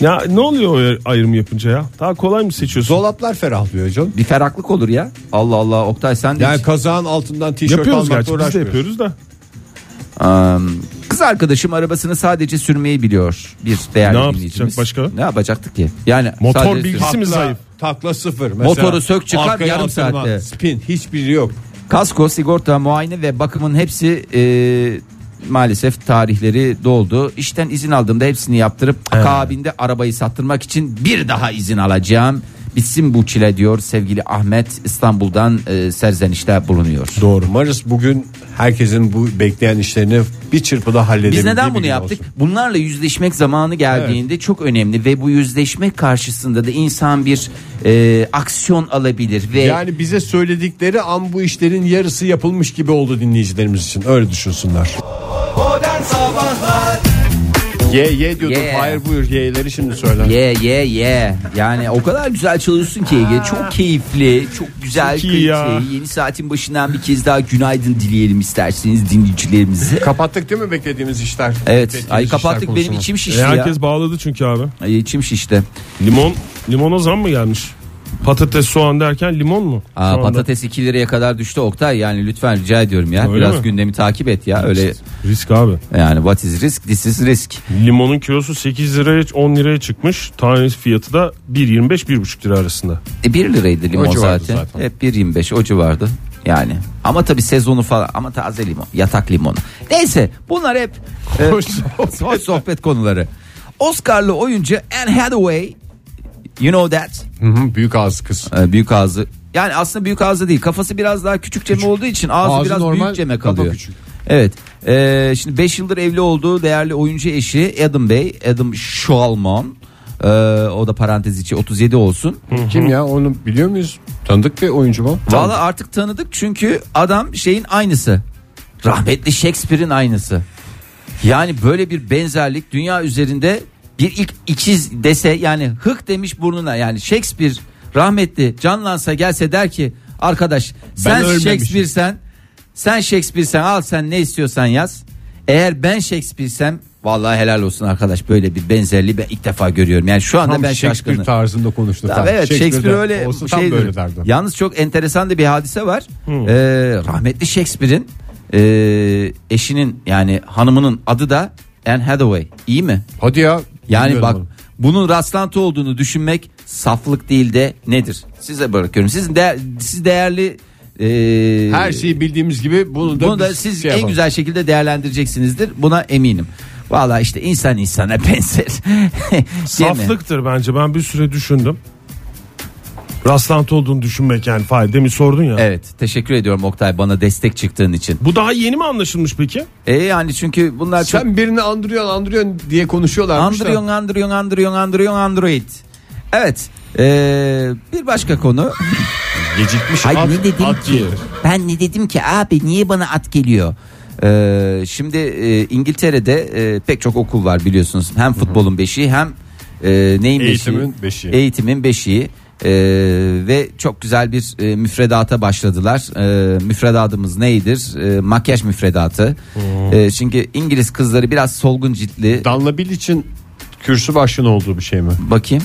Speaker 4: ya ne oluyor o ayrım yapınca ya? Daha kolay mı seçiyorsun?
Speaker 2: Dolaplar ferahlıyor canım.
Speaker 1: Bir feraklık olur ya. Allah Allah Oktay sen de
Speaker 2: Yani
Speaker 1: hiç-
Speaker 2: kazağın altından
Speaker 1: şey
Speaker 2: tişört
Speaker 4: yapıyoruz gerçi
Speaker 2: almakla
Speaker 4: biz de
Speaker 2: uğraşmıyoruz.
Speaker 4: yapıyoruz da.
Speaker 1: Am, kız arkadaşım arabasını sadece sürmeyi biliyor. Bir değerli
Speaker 4: Ne yapacak
Speaker 1: dinleyicimiz.
Speaker 4: başka?
Speaker 1: Ne yapacaktık ki? Yani
Speaker 4: Motor
Speaker 1: sadece
Speaker 4: bilgisi
Speaker 1: sürmek.
Speaker 4: mi zayıf?
Speaker 2: Takla sıfır.
Speaker 1: Motoru sök çıkar,
Speaker 2: arkaya
Speaker 1: yarım
Speaker 2: attırma,
Speaker 1: saatte.
Speaker 2: Spin hiçbiri yok.
Speaker 1: Kasko, sigorta, muayene ve bakımın hepsi e, maalesef tarihleri doldu. İşten izin aldığımda hepsini yaptırıp akabinde arabayı sattırmak için bir daha izin alacağım. Bitsin bu çile diyor sevgili Ahmet İstanbul'dan e, serzenişte bulunuyor.
Speaker 2: Doğru. Umarız bugün herkesin bu bekleyen işlerini bir çırpıda halledebildiği
Speaker 1: Biz neden
Speaker 2: bir
Speaker 1: bunu
Speaker 2: gün
Speaker 1: yaptık?
Speaker 2: olsun.
Speaker 1: Bunlarla yüzleşmek zamanı geldiğinde çok önemli ve bu yüzleşme karşısında da insan bir e, aksiyon alabilir ve
Speaker 2: Yani bize söyledikleri an bu işlerin yarısı yapılmış gibi oldu dinleyicilerimiz için. Öyle düşünsünler. Ye ye diyordum.
Speaker 1: Ye.
Speaker 2: Hayır buyur ye'leri şimdi söyle.
Speaker 1: Ye ye ye. Yani o kadar güzel çalıyorsun ki Ege. Çok keyifli, çok güzel.
Speaker 4: Çok iyi ya.
Speaker 1: kaliteli. Yeni saatin başından bir kez daha günaydın dileyelim isterseniz dinleyicilerimize.
Speaker 2: Kapattık değil mi beklediğimiz işler?
Speaker 1: Evet.
Speaker 2: Beklediğimiz
Speaker 1: Ay
Speaker 2: işler
Speaker 1: kapattık benim
Speaker 2: konusunu.
Speaker 1: içim
Speaker 4: E,
Speaker 1: şişti ya.
Speaker 4: herkes bağladı çünkü abi.
Speaker 1: Ay, içim şişti.
Speaker 4: Limon limona zam mı gelmiş? Patates soğan derken limon mu?
Speaker 1: Aa,
Speaker 4: Şu anda
Speaker 1: patates 2 liraya kadar düştü Oktay. Yani lütfen rica ediyorum ya.
Speaker 4: Öyle
Speaker 1: Biraz
Speaker 4: mi?
Speaker 1: gündemi takip et ya. Öyle
Speaker 4: Risk abi.
Speaker 1: yani what is risk this is risk.
Speaker 4: Limonun kilosu 8 liraya 10 liraya çıkmış. Tane fiyatı da 1.25-1.5 lira arasında.
Speaker 1: E, 1 liraydı limon
Speaker 2: O civardı
Speaker 1: zaten.
Speaker 2: zaten.
Speaker 1: Hep 1.25 o civardı. Yani ama tabi sezonu falan ama taze limon yatak limonu. Neyse bunlar hep e, hoş, sohbet. konuları. Oscar'lı oyuncu Anne Hathaway you know that
Speaker 2: Hı hı, Ee, büyük ağız kız.
Speaker 1: e, büyük ağzı yani aslında büyük ağzı değil kafası biraz daha küçükçe mi olduğu için ağzı,
Speaker 2: Ağzı
Speaker 1: biraz
Speaker 2: normal,
Speaker 1: büyükçeme
Speaker 2: kafa
Speaker 1: kalıyor.
Speaker 2: küçük.
Speaker 1: Evet. E, şimdi 5 yıldır evli olduğu değerli oyuncu eşi Adam Bey, Adam Schulman. e, o da parantez içi 37 olsun.
Speaker 2: Kim ya onu biliyor muyuz? Tanıdık bir oyuncu mu?
Speaker 1: Valla artık tanıdık çünkü adam şeyin aynısı. Rahmetli Shakespeare'in aynısı. Yani böyle bir benzerlik dünya üzerinde bir ilk ikiz dese yani hık demiş burnuna yani Shakespeare rahmetli canlansa gelse der ki arkadaş sen
Speaker 2: ölmemişim."
Speaker 1: Shakespeare'sen sen Shakespeare'sen al sen ne istiyorsan yaz. Eğer ben Shakespeare'sem vallahi helal olsun arkadaş böyle bir benzerliği ben ilk defa görüyorum. Yani şu anda
Speaker 2: Tam
Speaker 1: ben
Speaker 2: Shakespeare
Speaker 1: şaşkınım.
Speaker 2: tarzında konuştu.
Speaker 1: Tabii
Speaker 2: Tam
Speaker 1: evet Shakespeare,
Speaker 2: Shakespeare'den
Speaker 1: öyle
Speaker 2: olsa tam
Speaker 1: şeydir.
Speaker 2: böyle derdi. Hmm.
Speaker 1: Yalnız çok enteresan da bir hadise var. Ee, rahmetli Shakespeare'in e, eşinin yani hanımının adı da Anne Hathaway. İyi mi?
Speaker 2: Hadi ya.
Speaker 1: Yani
Speaker 2: bilmiyorum
Speaker 1: bak
Speaker 2: onu.
Speaker 1: bunun rastlantı olduğunu düşünmek saflık değil de nedir? Size bırakıyorum. Sizin de, siz değerli e,
Speaker 2: her şeyi bildiğimiz gibi bunu da,
Speaker 1: bunu da
Speaker 2: biz
Speaker 1: siz
Speaker 2: şey
Speaker 1: en
Speaker 2: yapalım.
Speaker 1: güzel şekilde değerlendireceksinizdir. Buna eminim. Valla işte insan insana benzer. Değil mi?
Speaker 4: Saflıktır bence. Ben bir süre düşündüm. Rastlantı olduğunu düşünmek yani fayda mi sordun ya.
Speaker 1: Evet teşekkür ediyorum Oktay bana destek çıktığın için.
Speaker 4: Bu daha yeni mi anlaşılmış peki?
Speaker 1: E yani çünkü bunlar çok
Speaker 2: Sen birini andırıyorsun andırıyorsun diye konuşuyorlarmış
Speaker 1: andırıyorsun
Speaker 2: da.
Speaker 1: andırıyorsun andırıyorsun andırıyorsun android. Evet. ee, bir başka konu.
Speaker 2: Gecikmiş
Speaker 1: Ay ne dedim ki? Ben ne dedim ki abi niye bana at geliyor? Ee, şimdi e, İngiltere'de e, pek çok okul var biliyorsunuz. Hem futbolun beşiği hem e, neyin
Speaker 2: Eğitimin
Speaker 1: beşiği?
Speaker 2: beşiği.
Speaker 1: Eğitimin beşiği. Ee, ve çok güzel bir e, müfredata başladılar. Ee, müfredatımız neydir? Ee, makyaj müfredatı. Ee, çünkü İngiliz kızları biraz solgun ciltli.
Speaker 2: Danla Bill için kürsü başkanı olduğu bir şey mi?
Speaker 1: Bakayım.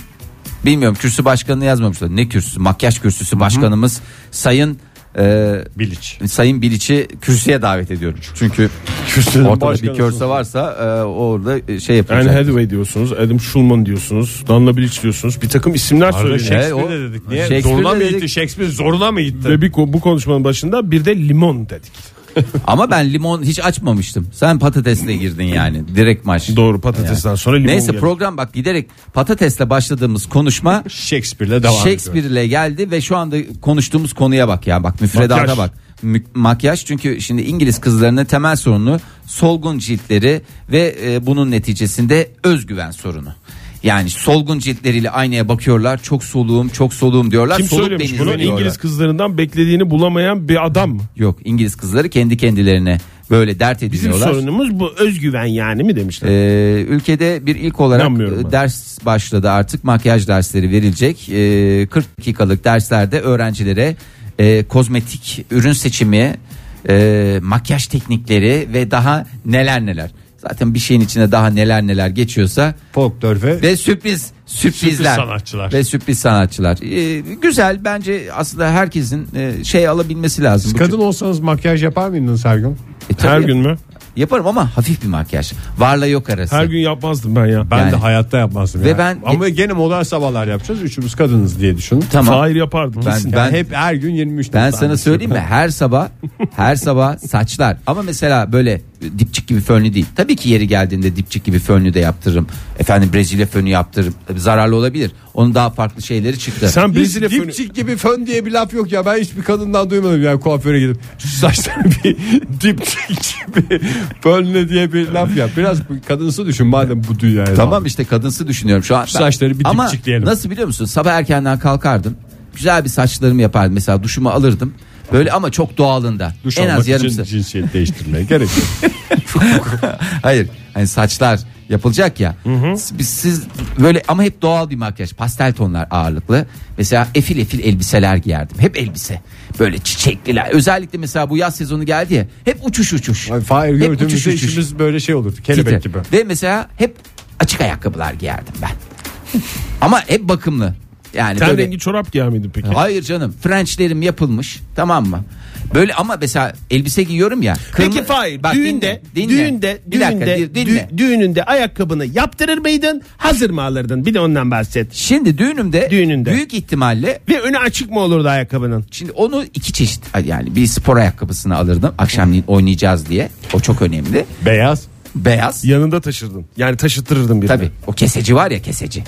Speaker 1: Bilmiyorum kürsü başkanını yazmamışlar. Ne kürsüsü? Makyaj kürsüsü başkanımız Sayın e,
Speaker 2: Bilic.
Speaker 1: Sayın Biliç'i kürsüye davet ediyorum. Çünkü
Speaker 2: Kürsünün
Speaker 1: ortada bir
Speaker 2: başkanı.
Speaker 1: körse varsa e, orada e, şey
Speaker 4: Anne
Speaker 1: yapacak.
Speaker 4: Hathaway diyorsunuz, Adam Schulman diyorsunuz, Danla Bilic diyorsunuz. Bir takım isimler söyleniyor.
Speaker 1: Shakespeare o- de
Speaker 2: dedik.
Speaker 1: Niye? Shakespeare Zoruna mı dedik. gitti?
Speaker 2: Shakespeare zoruna mı gitti?
Speaker 4: Ve bir, ko- bu konuşmanın başında bir de limon dedik.
Speaker 1: Ama ben limon hiç açmamıştım. Sen patatesle girdin yani. Direkt maç.
Speaker 4: Doğru patatesten sonra limon
Speaker 1: Neyse
Speaker 4: geldi.
Speaker 1: program bak giderek patatesle başladığımız konuşma
Speaker 2: Shakespeare'le devam ediyor.
Speaker 1: Shakespeare'le geldi ve şu anda konuştuğumuz konuya bak ya bak müfredata
Speaker 4: Makyaj.
Speaker 1: bak. Mü- makyaj çünkü şimdi İngiliz kızlarının temel sorunu solgun ciltleri ve e, bunun neticesinde özgüven sorunu. Yani solgun ciltleriyle aynaya bakıyorlar. Çok soluğum, çok soluğum diyorlar.
Speaker 4: Kim
Speaker 1: Soluk
Speaker 4: söylemiş
Speaker 1: beni
Speaker 4: bunu?
Speaker 1: izliyorlar.
Speaker 4: İngiliz kızlarından beklediğini bulamayan bir adam mı?
Speaker 1: Yok, İngiliz kızları kendi kendilerine böyle dert
Speaker 4: Bizim
Speaker 1: ediniyorlar.
Speaker 4: sorunumuz bu özgüven yani mi demişler.
Speaker 1: Ee, ülkede bir ilk olarak
Speaker 4: İnanmıyorum ben.
Speaker 1: e, ders başladı artık makyaj dersleri verilecek. Ee, 40 dakikalık derslerde öğrencilere e, kozmetik ürün seçimi, e, makyaj teknikleri ve daha neler neler. Zaten bir şeyin içine daha neler neler geçiyorsa
Speaker 2: Folklorfe.
Speaker 1: ve sürpriz sürprizler
Speaker 6: sanatçılar.
Speaker 1: ve sürpriz sanatçılar. Ee, güzel bence aslında herkesin e, şey alabilmesi lazım. Bu
Speaker 2: Kadın olsanız makyaj yapar mıydınız her gün?
Speaker 1: tür- E, tabii
Speaker 4: Her gün mü?
Speaker 1: yaparım ama hafif bir makyaj. Varla yok arası.
Speaker 4: Her gün yapmazdım ben ya.
Speaker 2: Ben
Speaker 1: Yani.
Speaker 2: de hayatta yapmazdım.
Speaker 1: Ve
Speaker 2: yani.
Speaker 1: ben-
Speaker 2: Ama gene modern sabahlar yapacağız. Üçümüz kadınız diye düşünün.
Speaker 1: tamam.
Speaker 4: Hayır yapardım.
Speaker 1: Ben-
Speaker 4: kesin.
Speaker 2: Yani hep her gün 23
Speaker 1: Ben
Speaker 2: tane
Speaker 1: sana
Speaker 2: tanesi.
Speaker 1: söyleyeyim mi? Her sabah her sabah saçlar. Ama mesela böyle dipçik gibi fönlü değil. Tabii ki yeri geldiğinde dipçik gibi fönlü de yaptırırım. Efendim Brezilya fönü yaptırırım. Tabii Zararlı olabilir. Onun daha farklı şeyleri çıktı.
Speaker 4: Sen
Speaker 2: Hiç
Speaker 4: Brezilya fönü...
Speaker 2: dipçik gibi fön diye bir laf yok ya. Ben hiçbir kadından duymadım yani kuaföre gidip şu saçlarını bir dipçik gibi fönle diye bir laf yap. Biraz bu kadınsı düşün madem bu dünyaya.
Speaker 1: Tamam işte kadınsı düşünüyorum şu an.
Speaker 2: Şu saçları bir
Speaker 1: Ama
Speaker 2: dipçikleyelim.
Speaker 1: nasıl biliyor musun? Sabah erkenden kalkardım. Güzel bir saçlarımı yapardım. Mesela duşumu alırdım. Böyle ama çok doğalında.
Speaker 2: Duş
Speaker 1: en
Speaker 2: almak
Speaker 1: az yarım
Speaker 2: için
Speaker 1: saat.
Speaker 2: cinsiyet değiştirmeye gerek yok.
Speaker 1: Hayır. Hani saçlar yapılacak ya. Siz, siz böyle ama hep doğal bir makyaj. Pastel tonlar ağırlıklı. Mesela efil efil elbiseler giyerdim. Hep elbise. Böyle çiçekliler. Özellikle mesela bu yaz sezonu geldi ya. Hep uçuş uçuş.
Speaker 2: Ay, Fahir
Speaker 1: Hep
Speaker 2: gördüğümüzde
Speaker 1: uçuş uçuş.
Speaker 2: işimiz böyle şey olurdu.
Speaker 1: Titre.
Speaker 2: Kelebek gibi.
Speaker 1: Ve mesela hep açık ayakkabılar giyerdim ben. ama hep bakımlı. Yani
Speaker 4: Ten
Speaker 1: böyle-
Speaker 4: rengi çorap giyer miydin peki?
Speaker 1: Hayır canım. Frenchlerim yapılmış. Tamam mı? Böyle ama mesela elbise giyiyorum ya.
Speaker 4: Peki
Speaker 1: kırmı-
Speaker 4: Fahir
Speaker 1: Bak,
Speaker 4: düğünde,
Speaker 1: dinle, dinle.
Speaker 4: düğünde,
Speaker 1: bir dakika,
Speaker 4: düğünde,
Speaker 1: di- dinle.
Speaker 4: dü- düğününde ayakkabını yaptırır mıydın? Hazır mı alırdın? Bir de ondan bahset.
Speaker 1: Şimdi düğünümde,
Speaker 4: Düğününde.
Speaker 1: E, büyük ihtimalle
Speaker 4: Ve önü açık mı olurdu ayakkabının?
Speaker 1: şimdi onu iki çeşit yani bir spor ayakkabısını alırdım akşamleyin oynayacağız diye. O çok önemli.
Speaker 2: Beyaz.
Speaker 1: Beyaz.
Speaker 4: Yanında taşırdın. Yani taşıtırırdın bir.
Speaker 1: Tabii o keseci var ya keseci.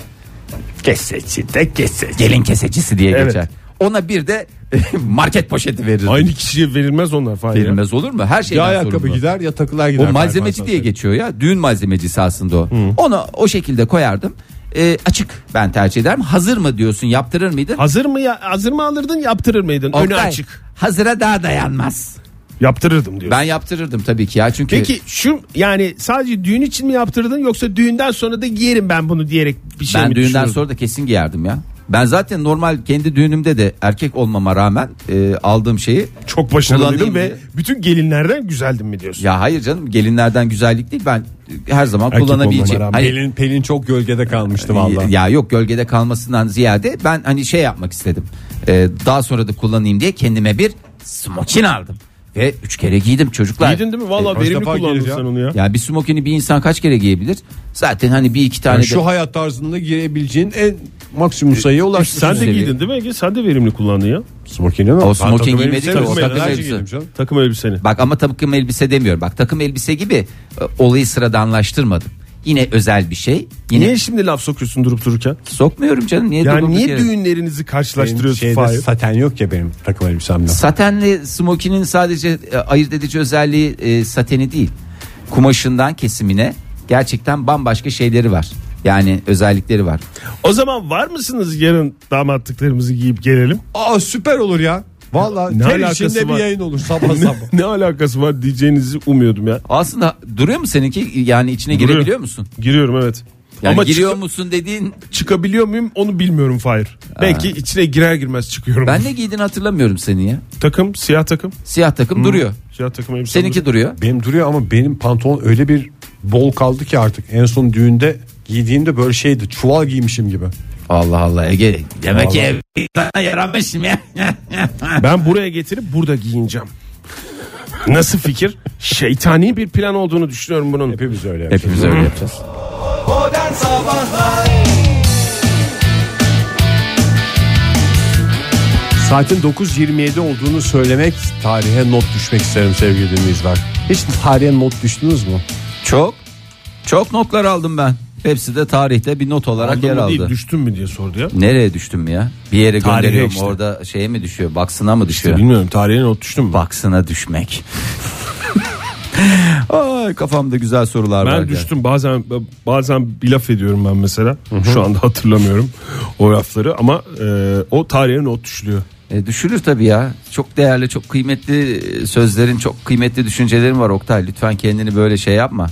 Speaker 1: Keseci de keseci. Gelin kesecisi diye
Speaker 4: Evet.
Speaker 1: geçer. Ona bir de market poşeti verirdim.
Speaker 4: Aynı kişiye verilmez onlar Fahir. ya.
Speaker 1: Verilmez olur mu? Her şeyden
Speaker 2: Ya ayakkabı
Speaker 1: sorumlu.
Speaker 2: gider ya takılar gider.
Speaker 1: O malzemeci diye geçiyor ya. Düğün malzemecisi aslında o. Onu o şekilde koyardım. Ee, açık ben tercih ederim. Hazır mı diyorsun? Yaptırır mıydın?
Speaker 4: Hazır mı ya? Hazır mı alırdın? Yaptırır mıydın? Önü
Speaker 1: Oktay,
Speaker 4: açık.
Speaker 1: Hazıra daha dayanmaz.
Speaker 4: Yaptırırdım diyor.
Speaker 1: Ben yaptırırdım tabii ki ya. Çünkü
Speaker 4: Peki şu yani sadece düğün için mi yaptırdın yoksa düğünden sonra da giyerim ben bunu diyerek bir şey
Speaker 1: ben
Speaker 4: mi
Speaker 1: düğünden
Speaker 4: düşünüyordun?
Speaker 1: sonra da kesin giyerdim ya. Ben zaten normal kendi düğünümde de erkek olmama rağmen e, aldığım şeyi
Speaker 4: çok başarılıydın
Speaker 1: kullanayım
Speaker 4: ve
Speaker 1: diye.
Speaker 4: bütün gelinlerden güzeldim mi diyorsun?
Speaker 1: ya hayır canım gelinlerden güzellik değil ben e, her zaman kullanabileceğim.
Speaker 2: Hani...
Speaker 1: Hani-
Speaker 2: Pelin, Pelin çok gölgede kalmıştı valla.
Speaker 1: Ya yok gölgede kalmasından ziyade ben hani şey yapmak istedim. Ee, daha sonra da kullanayım diye kendime bir smokin aldım. Ve üç kere giydim çocuklar.
Speaker 4: Giydin değil mi? Valla
Speaker 2: Kaç
Speaker 4: verimli
Speaker 2: defa
Speaker 4: kullandın
Speaker 2: gelir ya?
Speaker 4: sen onu ya.
Speaker 1: Ya bir smokini bir insan kaç kere giyebilir? Zaten hani bir iki tane
Speaker 2: Yani
Speaker 1: de-
Speaker 2: şu hayat tarzında girebileceğin en maksimum sayıya ulaştın.
Speaker 4: Sen de
Speaker 1: seviye.
Speaker 4: giydin değil mi Ege? Sen de verimli kullandın ya.
Speaker 2: Smokini mi?
Speaker 1: O smoking giymedi ki, o takım elbise.
Speaker 4: Takım elbiseni.
Speaker 1: Bak ama takım elbise demiyorum. Bak takım elbise gibi e, olayı sıradanlaştırmadım. Yine özel bir şey. Yine
Speaker 4: Niye şimdi laf sokuyorsun durup dururken?
Speaker 1: sokmuyorum canım. Niye
Speaker 4: Yani
Speaker 1: durdurduk
Speaker 4: niye
Speaker 1: yere?
Speaker 4: düğünlerinizi karşılaştırıyorsun
Speaker 2: Şeyde
Speaker 4: Fahir?
Speaker 2: saten yok ya benim takım elbisemde.
Speaker 1: Satenli smokinin sadece e, ayırt edici özelliği e, sateni değil. Kumaşından kesimine gerçekten bambaşka şeyleri var. Yani özellikleri var.
Speaker 4: O zaman var mısınız yarın damatlıklarımızı giyip gelelim?
Speaker 2: Aa süper olur ya. Valla
Speaker 4: Ne
Speaker 2: ter
Speaker 4: alakası
Speaker 2: içinde
Speaker 4: var?
Speaker 2: bir yayın olur sabah sabah.
Speaker 4: ne alakası var diyeceğinizi umuyordum ya.
Speaker 1: Aslında duruyor mu seninki? Yani içine
Speaker 4: Duruyor.
Speaker 1: girebiliyor musun?
Speaker 4: Giriyorum evet.
Speaker 1: Yani
Speaker 4: Ama
Speaker 1: giriyor
Speaker 4: çıkı-
Speaker 1: musun dediğin
Speaker 4: çıkabiliyor muyum onu bilmiyorum Fahir. Belki içine girer girmez çıkıyorum.
Speaker 1: ben ne giydiğini hatırlamıyorum seni ya.
Speaker 4: Takım siyah takım.
Speaker 1: Siyah takım duruyor.
Speaker 4: Siyah takım elbise.
Speaker 1: Seninki duruyor.
Speaker 2: benim duruyor ama benim pantolon öyle bir bol kaldı ki artık. En son düğünde giydiğimde böyle şeydi çuval giymişim gibi.
Speaker 1: Allah Allah Ege. Demek ki
Speaker 2: Vallahi.
Speaker 1: ev sana yaramışım ya.
Speaker 4: Ben buraya getirip burada giyineceğim. Nasıl fikir? Şeytani bir plan olduğunu düşünüyorum bunun.
Speaker 2: Hepimiz öyle. yapacağız.
Speaker 1: Hepimiz öyle yapacağız.
Speaker 3: Modern Sabahlar
Speaker 2: Saatin 9.27 olduğunu söylemek tarihe not düşmek isterim sevgili dinleyiciler. Hiç tarihe not düştünüz mü?
Speaker 1: Çok çok notlar aldım ben. Hepsi de tarihte bir not olarak
Speaker 4: Aldım
Speaker 1: yer
Speaker 4: mı
Speaker 1: aldı.
Speaker 4: değil, düştün mü diye sordu ya.
Speaker 1: Nereye düştüm ya? Bir yere
Speaker 4: Tarihe
Speaker 1: gönderiyorum
Speaker 4: işte.
Speaker 1: orada şeye mi düşüyor? Baksına mı düşüyor?
Speaker 4: Bilmiyorum tarihe not düştün mü?
Speaker 1: Baksına düşmek. Ay kafamda güzel sorular var.
Speaker 4: Ben
Speaker 1: ya.
Speaker 4: düştüm bazen bazen bir laf ediyorum ben mesela. Şu anda hatırlamıyorum o lafları ama e, o tarihe not düşülüyor.
Speaker 1: E, düşülür tabii ya. Çok değerli, çok kıymetli e, sözlerin, çok kıymetli düşüncelerin var Oktay. Lütfen kendini böyle şey yapma.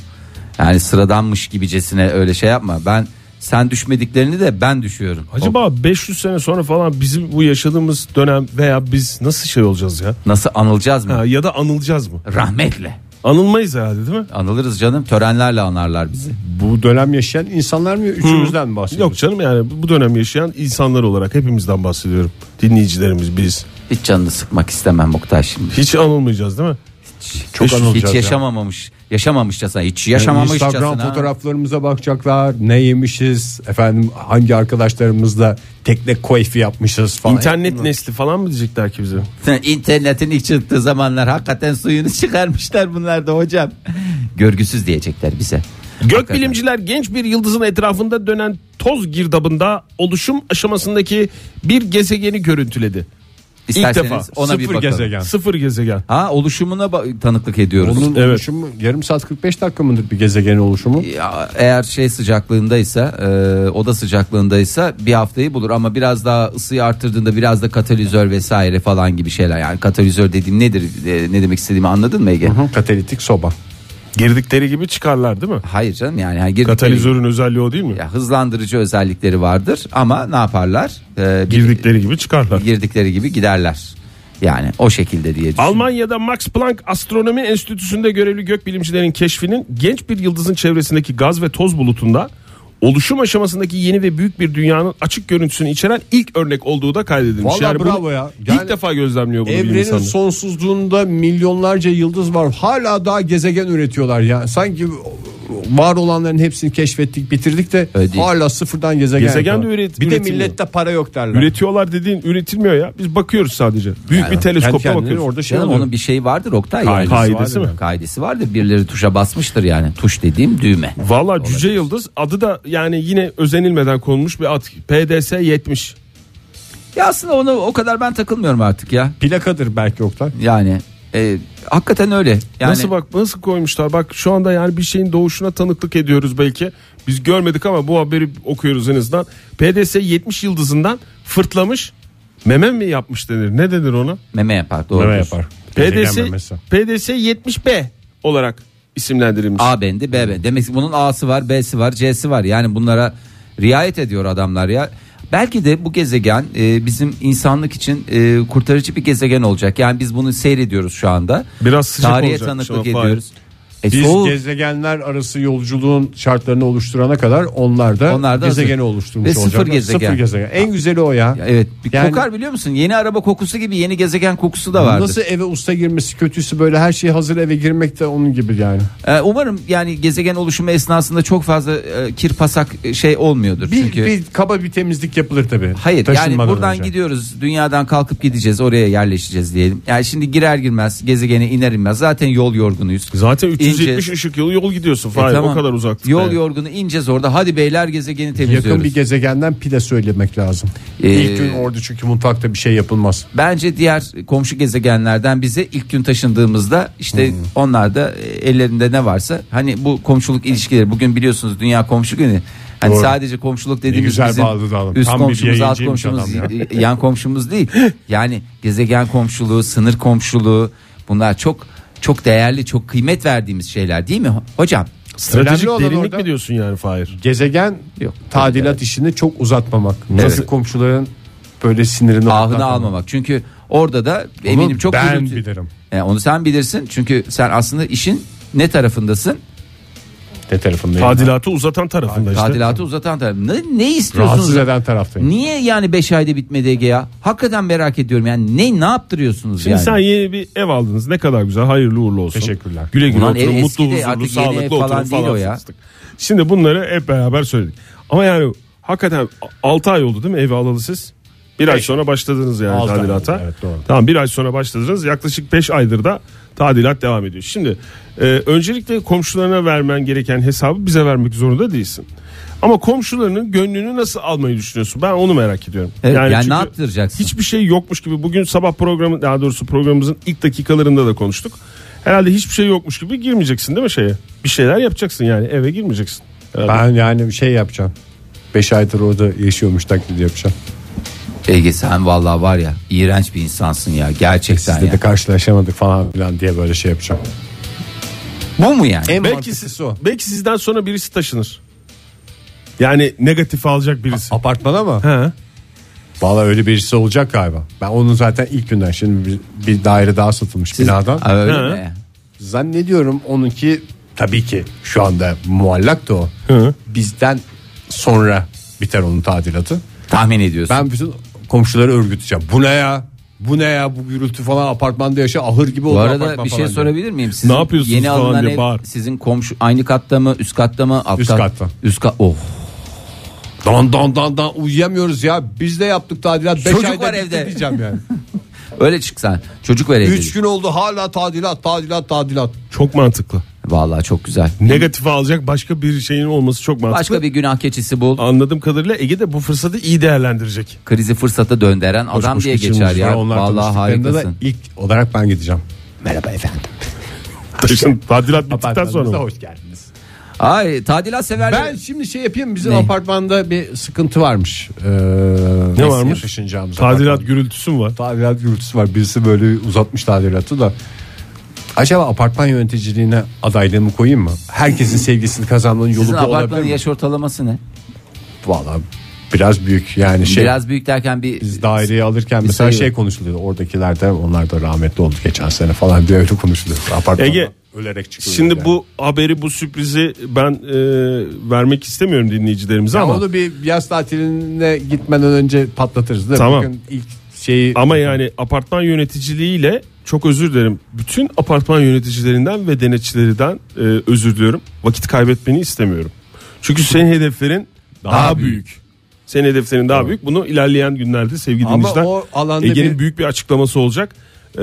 Speaker 1: Yani sıradanmış gibicesine öyle şey yapma. Ben Sen düşmediklerini de ben düşüyorum.
Speaker 4: Acaba 500 sene sonra falan bizim bu yaşadığımız dönem veya biz nasıl şey olacağız ya?
Speaker 1: O- nasıl anılacağız mı?
Speaker 4: Ha, ya da anılacağız mı?
Speaker 1: Rahmetle.
Speaker 4: Anılmayız herhalde değil mi?
Speaker 1: Anılırız canım. Törenlerle anarlar bizi.
Speaker 2: Bu dönem yaşayan insanlar mı üçümüzden mi bahsediyoruz?
Speaker 4: Yok canım yani bu dönem yaşayan insanlar olarak hepimizden bahsediyorum. Dinleyicilerimiz biz.
Speaker 1: Hiç canını sıkmak istemem Oktay şimdi.
Speaker 4: Hiç anılmayacağız değil mi?
Speaker 2: Çok anılacağız
Speaker 1: Hiç
Speaker 2: ya.
Speaker 1: yaşamamamış. Yaşamamışçasına hiç
Speaker 2: Yani
Speaker 1: yaşamamışçasına.
Speaker 2: Ee, Instagram fotoğraflarımıza bakacaklar. Ne yemişiz? Efendim hangi arkadaşlarımızla tekne koyfi yapmışız falan.
Speaker 4: İnternet nesli falan mı diyecekler ki bize?
Speaker 1: İnternetin ilk çıktığı zamanlar hakikaten suyunu çıkarmışlar bunlar da hocam. Görgüsüz diyecekler bize.
Speaker 4: Gökbilimciler genç bir yıldızın etrafında dönen toz girdabında oluşum aşamasındaki bir gezegeni görüntüledi.
Speaker 1: İsterseniz
Speaker 4: defa
Speaker 1: ona bir
Speaker 2: sıfır
Speaker 1: bakalım.
Speaker 2: gezegen.
Speaker 4: Sıfır gezegen.
Speaker 1: Ha oluşumuna ba- tanıklık ediyoruz.
Speaker 2: Onun
Speaker 4: Evet.
Speaker 2: oluşumu yarım saat 45 dakika mıdır bir gezegenin oluşumu?
Speaker 1: Ya, eğer şey sıcaklığındaysa, e, oda sıcaklığındaysa bir haftayı bulur ama biraz daha ısıyı artırdığında biraz da katalizör vesaire falan gibi şeyler. Yani katalizör dediğim nedir? e, ne demek istediğimi anladın mı Ege?
Speaker 2: Katalitik soba.
Speaker 4: Girdikleri gibi çıkarlar değil mi?
Speaker 1: Hayır canım yani, yani girdikleri-
Speaker 4: Katalizörün özelliği o değil mi?
Speaker 1: ya, hızlandırıcı özellikleri vardır ama ne yaparlar? E, bir-
Speaker 4: Girdikleri gibi çıkarlar.
Speaker 1: girdikleri gibi giderler. Yani o şekilde diye düşün.
Speaker 4: Almanya'da Max Planck Astronomi Enstitüsü'nde görevli gökbilimcilerin keşfinin genç bir yıldızın çevresindeki gaz ve toz bulutunda oluşum aşamasındaki yeni ve büyük bir dünyanın açık görüntüsünü içeren ilk örnek olduğu da kaydedilmiş.
Speaker 2: Vallahi
Speaker 4: bunu
Speaker 2: bravo ya.
Speaker 4: ilk
Speaker 2: Yani
Speaker 4: defa gözlemliyor bunu bilim
Speaker 2: Evrenin
Speaker 4: insanı.
Speaker 2: sonsuzluğunda milyonlarca yıldız var. Hala daha gezegen üretiyorlar ya. Sanki var olanların hepsini keşfettik, bitirdik de
Speaker 1: Öyle değil.
Speaker 2: hala sıfırdan gezegen.
Speaker 4: Gezegen de
Speaker 2: yapıyorlar.
Speaker 4: üret-
Speaker 2: Bir de
Speaker 4: üretilmiyor.
Speaker 2: millette para yok derler.
Speaker 4: Üretiyorlar dediğin üretilmiyor ya. Biz bakıyoruz sadece. Büyük bir
Speaker 2: Kendi
Speaker 4: teleskopla
Speaker 2: kendine
Speaker 4: bakıyoruz.
Speaker 2: orada şey
Speaker 1: Canım
Speaker 2: oluyor.
Speaker 1: onun bir şeyi vardır Oktay.
Speaker 4: Kaidesi
Speaker 1: Kaidesi
Speaker 4: vardır.
Speaker 1: mi? Kaidesi vardır. Birileri tuşa basmıştır yani. Tuş dediğim düğme.
Speaker 4: Valla Cüce Yıldız adı da yani yine özenilmeden konulmuş bir ad. PDS 70.
Speaker 1: Ya aslında onu o kadar ben takılmıyorum artık ya.
Speaker 2: Plakadır belki Oktay.
Speaker 1: Yani e, hakikaten öyle. Yani
Speaker 4: Nasıl bak nasıl koymuşlar? Bak şu anda yani bir şeyin doğuşuna tanıklık ediyoruz belki. Biz görmedik ama bu haberi okuyoruz en azından. PDS 70 yıldızından fırtlamış meme mi yapmış denir? Ne denir ona?
Speaker 1: meme yapar doğru.
Speaker 2: Ne
Speaker 1: diyorsun.
Speaker 2: yapar?
Speaker 4: PDS
Speaker 2: Gezegen memesi.
Speaker 4: PDS 70B olarak isimlendirilmiş.
Speaker 1: A bendi B bendi. Demek ki bunun A'sı var B'si var C'si var. Yani bunlara riayet ediyor adamlar ya. Belki de bu gezegen e, bizim insanlık için e, kurtarıcı bir gezegen olacak. Yani biz bunu seyrediyoruz şu anda.
Speaker 4: Biraz sıcak
Speaker 1: Tarihe
Speaker 4: olacak şu an,
Speaker 1: tanıklık
Speaker 4: Fahir.
Speaker 1: ediyoruz. E,
Speaker 2: Biz
Speaker 1: soğuk.
Speaker 2: gezegenler arası yolculuğun şartlarını oluşturana kadar onlar da,
Speaker 1: Onlar da
Speaker 2: gezegeni
Speaker 1: hazır.
Speaker 2: oluşturmuş
Speaker 1: Ve sıfır
Speaker 2: olacaklar.
Speaker 1: gezegen.
Speaker 2: Sıfır gezegen. En güzeli o ya.
Speaker 1: Evet bir
Speaker 2: Yani-
Speaker 1: kokar biliyor musun? Yeni araba kokusu gibi yeni gezegen kokusu da vardır.
Speaker 2: Nasıl eve usta girmesi kötüsü böyle her şey hazır eve girmek de onun gibi yani.
Speaker 1: Ee, umarım yani gezegen oluşumu esnasında çok fazla e, kir pasak e, şey olmuyordur.
Speaker 2: Bir,
Speaker 1: çünkü
Speaker 2: bir kaba bir temizlik yapılır tabii.
Speaker 1: Hayır yani
Speaker 2: Taşınmadan
Speaker 1: buradan
Speaker 2: önce.
Speaker 1: gidiyoruz dünyadan kalkıp gideceğiz oraya yerleşeceğiz diyelim. Yani şimdi girer girmez gezegene iner inmez zaten yol yorgunuyuz.
Speaker 4: Zaten 370
Speaker 1: İnce.
Speaker 4: ışık yolu yol gidiyorsun
Speaker 1: E,
Speaker 4: Fahir
Speaker 1: tamam.
Speaker 4: o kadar uzaklıkta.
Speaker 1: Yol
Speaker 4: yani.
Speaker 1: yorgunu ineceğiz orada hadi beyler gezegeni temizliyoruz.
Speaker 2: Yakın bir gezegenden pide söylemek lazım.
Speaker 1: Ee,
Speaker 2: İlk gün orada çünkü mutfakta bir şey yapılmaz.
Speaker 1: Bence diğer komşu gezegenlerden bize ilk gün taşındığımızda işte
Speaker 2: Hmm.
Speaker 1: onlar da e, ellerinde ne varsa hani bu komşuluk ilişkileri bugün biliyorsunuz dünya komşu günü. Hani
Speaker 2: Doğru.
Speaker 1: sadece komşuluk dediğimiz
Speaker 2: güzel
Speaker 1: bizim
Speaker 2: bağladı adam.
Speaker 1: üst
Speaker 2: Tam bir
Speaker 1: komşumuz, alt
Speaker 2: yayıncıymış
Speaker 1: komşumuz,
Speaker 2: adam
Speaker 1: y- yan komşumuz değil. Yani gezegen komşuluğu, sınır komşuluğu bunlar çok çok değerli, çok kıymet verdiğimiz şeyler değil mi ho- hocam?
Speaker 4: Stratejik
Speaker 2: Önemli olan
Speaker 4: derinlik
Speaker 2: orada-
Speaker 4: mi diyorsun yani Fahir?
Speaker 2: Gezegen
Speaker 1: Yok.
Speaker 2: tadilat işini çok uzatmamak. Nasıl komşuların böyle sinirini
Speaker 1: Ahını
Speaker 2: atlatmamak.
Speaker 1: almamak. Çünkü orada da
Speaker 2: Onu
Speaker 1: eminim çok
Speaker 2: ben
Speaker 1: gürültü-
Speaker 2: bilirim.
Speaker 1: E, onu sen bilirsin. Çünkü sen aslında işin ne tarafındasın?
Speaker 2: Ne tarafındayım?
Speaker 4: Tadilatı uzatan tarafında işte.
Speaker 1: Tadilatı uzatan taraf. Ne, ne istiyorsunuz?
Speaker 2: Rahatsız eden taraftayım.
Speaker 1: Niye yani 5 ayda bitmedi Ege ya? Hakikaten merak ediyorum yani ne ne yaptırıyorsunuz
Speaker 4: Şimdi
Speaker 1: yani?
Speaker 4: sen yeni bir ev aldınız. Ne kadar güzel. Hayırlı uğurlu olsun.
Speaker 2: Teşekkürler.
Speaker 4: Güle güle
Speaker 1: Ulan
Speaker 4: oturun.
Speaker 1: ev
Speaker 4: Mutlu
Speaker 1: eski de
Speaker 4: huzurlu
Speaker 1: artık yeni ev
Speaker 4: sağlıklı oturun
Speaker 1: falan
Speaker 4: falan.
Speaker 1: değil o ya.
Speaker 4: fıstık. Şimdi bunları hep beraber söyledik. Ama yani hakikaten 6 ay oldu değil mi evi alalı siz? Bir ay sonra başladınız yani
Speaker 2: Altı ay
Speaker 4: tadilata.
Speaker 2: oldu, evet, doğru.
Speaker 4: Tamam bir ay sonra başladınız. Yaklaşık 5 aydır da tadilat devam ediyor. Şimdi e, öncelikle komşularına vermen gereken hesabı bize vermek zorunda değilsin. Ama komşularının gönlünü nasıl almayı düşünüyorsun? Ben onu merak ediyorum.
Speaker 1: Evet, yani ne
Speaker 4: çünkü
Speaker 1: yaptıracaksın?
Speaker 4: Hiçbir şey yokmuş gibi bugün sabah programı daha doğrusu programımızın ilk dakikalarında da konuştuk. Herhalde hiçbir şey yokmuş gibi girmeyeceksin değil mi şeye? Bir şeyler yapacaksın yani eve girmeyeceksin. Herhalde.
Speaker 2: Ben yani bir şey yapacağım. 5 aydır orada yaşıyormuş taklidi yapacağım.
Speaker 1: Ege sen vallahi var ya iğrenç bir insansın ya gerçekten
Speaker 2: Sizle
Speaker 1: ya.
Speaker 2: de karşılaşamadık falan filan diye böyle şey yapacağım.
Speaker 1: Bu mu yani?
Speaker 2: En E,
Speaker 4: Belki, siz, belki sizden sonra birisi taşınır. Yani negatif alacak birisi.
Speaker 2: Apartmana mı?
Speaker 4: He.
Speaker 2: Valla öyle birisi olacak galiba. Ben onun zaten ilk günden şimdi bir, bir daire daha satılmış binadan.
Speaker 1: Aa, öyle
Speaker 4: Hı.
Speaker 1: mi?
Speaker 2: Zannediyorum onunki tabii ki şu anda muallak da o.
Speaker 4: Hı.
Speaker 2: Bizden sonra biter onun tadilatı.
Speaker 1: Tahmin ediyorsun.
Speaker 2: Ben bütün komşuları örgüteceğim. Bu ne ya? Bu ne ya? Bu gürültü falan apartmanda yaşa ahır gibi oldu
Speaker 1: Bu arada
Speaker 2: apartman
Speaker 1: bir şey
Speaker 2: falan diye.
Speaker 1: sorabilir miyim? Sizin
Speaker 4: Ne yapıyorsunuz
Speaker 1: yeni
Speaker 4: falan
Speaker 1: alınan
Speaker 4: diye
Speaker 1: ev,
Speaker 4: bağır.
Speaker 1: Sizin komşu aynı katta mı, üst katta mı, alt
Speaker 2: Üst
Speaker 1: kat-
Speaker 2: katta.
Speaker 1: Üst kat. Oh.
Speaker 2: Dan dan dan dan uyuyamıyoruz ya. Biz de yaptık tadilat. Beş
Speaker 1: Çocuk
Speaker 2: ayda
Speaker 1: var
Speaker 2: bitti
Speaker 1: evde.
Speaker 2: Diyeceğim yani.
Speaker 1: Öyle çıksan. Çocuk ver
Speaker 2: Üç
Speaker 1: evde.
Speaker 2: gün oldu hala tadilat tadilat tadilat.
Speaker 4: Çok mantıklı.
Speaker 1: Vallahi çok güzel.
Speaker 4: Negatif alacak başka bir şeyin olması çok mantıklı.
Speaker 1: Başka bir günah keçisi bul.
Speaker 4: Anladığım kadarıyla Ege de bu fırsatı iyi değerlendirecek.
Speaker 1: Krizi fırsata döndüren adam
Speaker 2: Koş
Speaker 1: diye
Speaker 2: geçin
Speaker 1: geçer
Speaker 2: uzman,
Speaker 1: ya.
Speaker 2: onlar
Speaker 1: Vallahi
Speaker 2: tanıştıklarında da
Speaker 1: harikasın.
Speaker 2: ilk olarak ben gideceğim.
Speaker 4: Taşın tadilat bittikten sonra.
Speaker 2: Apartmanımıza
Speaker 4: mı?
Speaker 2: hoş geldiniz.
Speaker 1: Ay tadilat severler.
Speaker 2: Ben şimdi şey yapayım bizim
Speaker 1: Ne?
Speaker 2: apartmanda bir sıkıntı varmış. Ee,
Speaker 4: Ne varmış?
Speaker 2: Taşınacağımız apartman.
Speaker 4: Tadilat gürültüsü mü var?
Speaker 2: tadilat gürültüsü var. Birisi böyle uzatmış tadilatı da. Acaba apartman yöneticiliğine adaylığımı koyayım mı? Herkesin sevgisini kazanmanın yolu
Speaker 1: Sizin
Speaker 2: bu olabilir
Speaker 1: apartmanın
Speaker 2: mi?
Speaker 1: yaş ortalaması ne?
Speaker 2: Valla biraz büyük yani şey.
Speaker 1: Biraz büyük derken bir
Speaker 2: Biz daireyi alırken
Speaker 1: Bir
Speaker 2: mesela
Speaker 1: sayı-
Speaker 2: şey konuşuluyor. Oradakiler de onlar da rahmetli oldu geçen sene falan diye öyle konuşuluyor. Apartmanda
Speaker 4: Ege,
Speaker 2: ölerek çıkıyor.
Speaker 4: Şimdi bu haberi bu sürprizi ben e, vermek istemiyorum dinleyicilerimize ama
Speaker 2: onu bir yaz tatiline gitmeden önce patlatırız değil mi?
Speaker 4: Tamam.
Speaker 2: Bugün ilk şeyi
Speaker 4: ama yani apartman yöneticiliğiyle çok özür dilerim. Bütün apartman yöneticilerinden ve denetçilerinden e, özür diliyorum. Vakit kaybetmeni istemiyorum. Çünkü senin hedeflerin daha, büyük. Senin hedeflerin daha büyük. Bunu ilerleyen günlerde sevgili
Speaker 2: Ama
Speaker 4: dinleyiciler
Speaker 2: o alanda
Speaker 4: Ege'nin
Speaker 2: bir-
Speaker 4: büyük bir açıklaması olacak. E,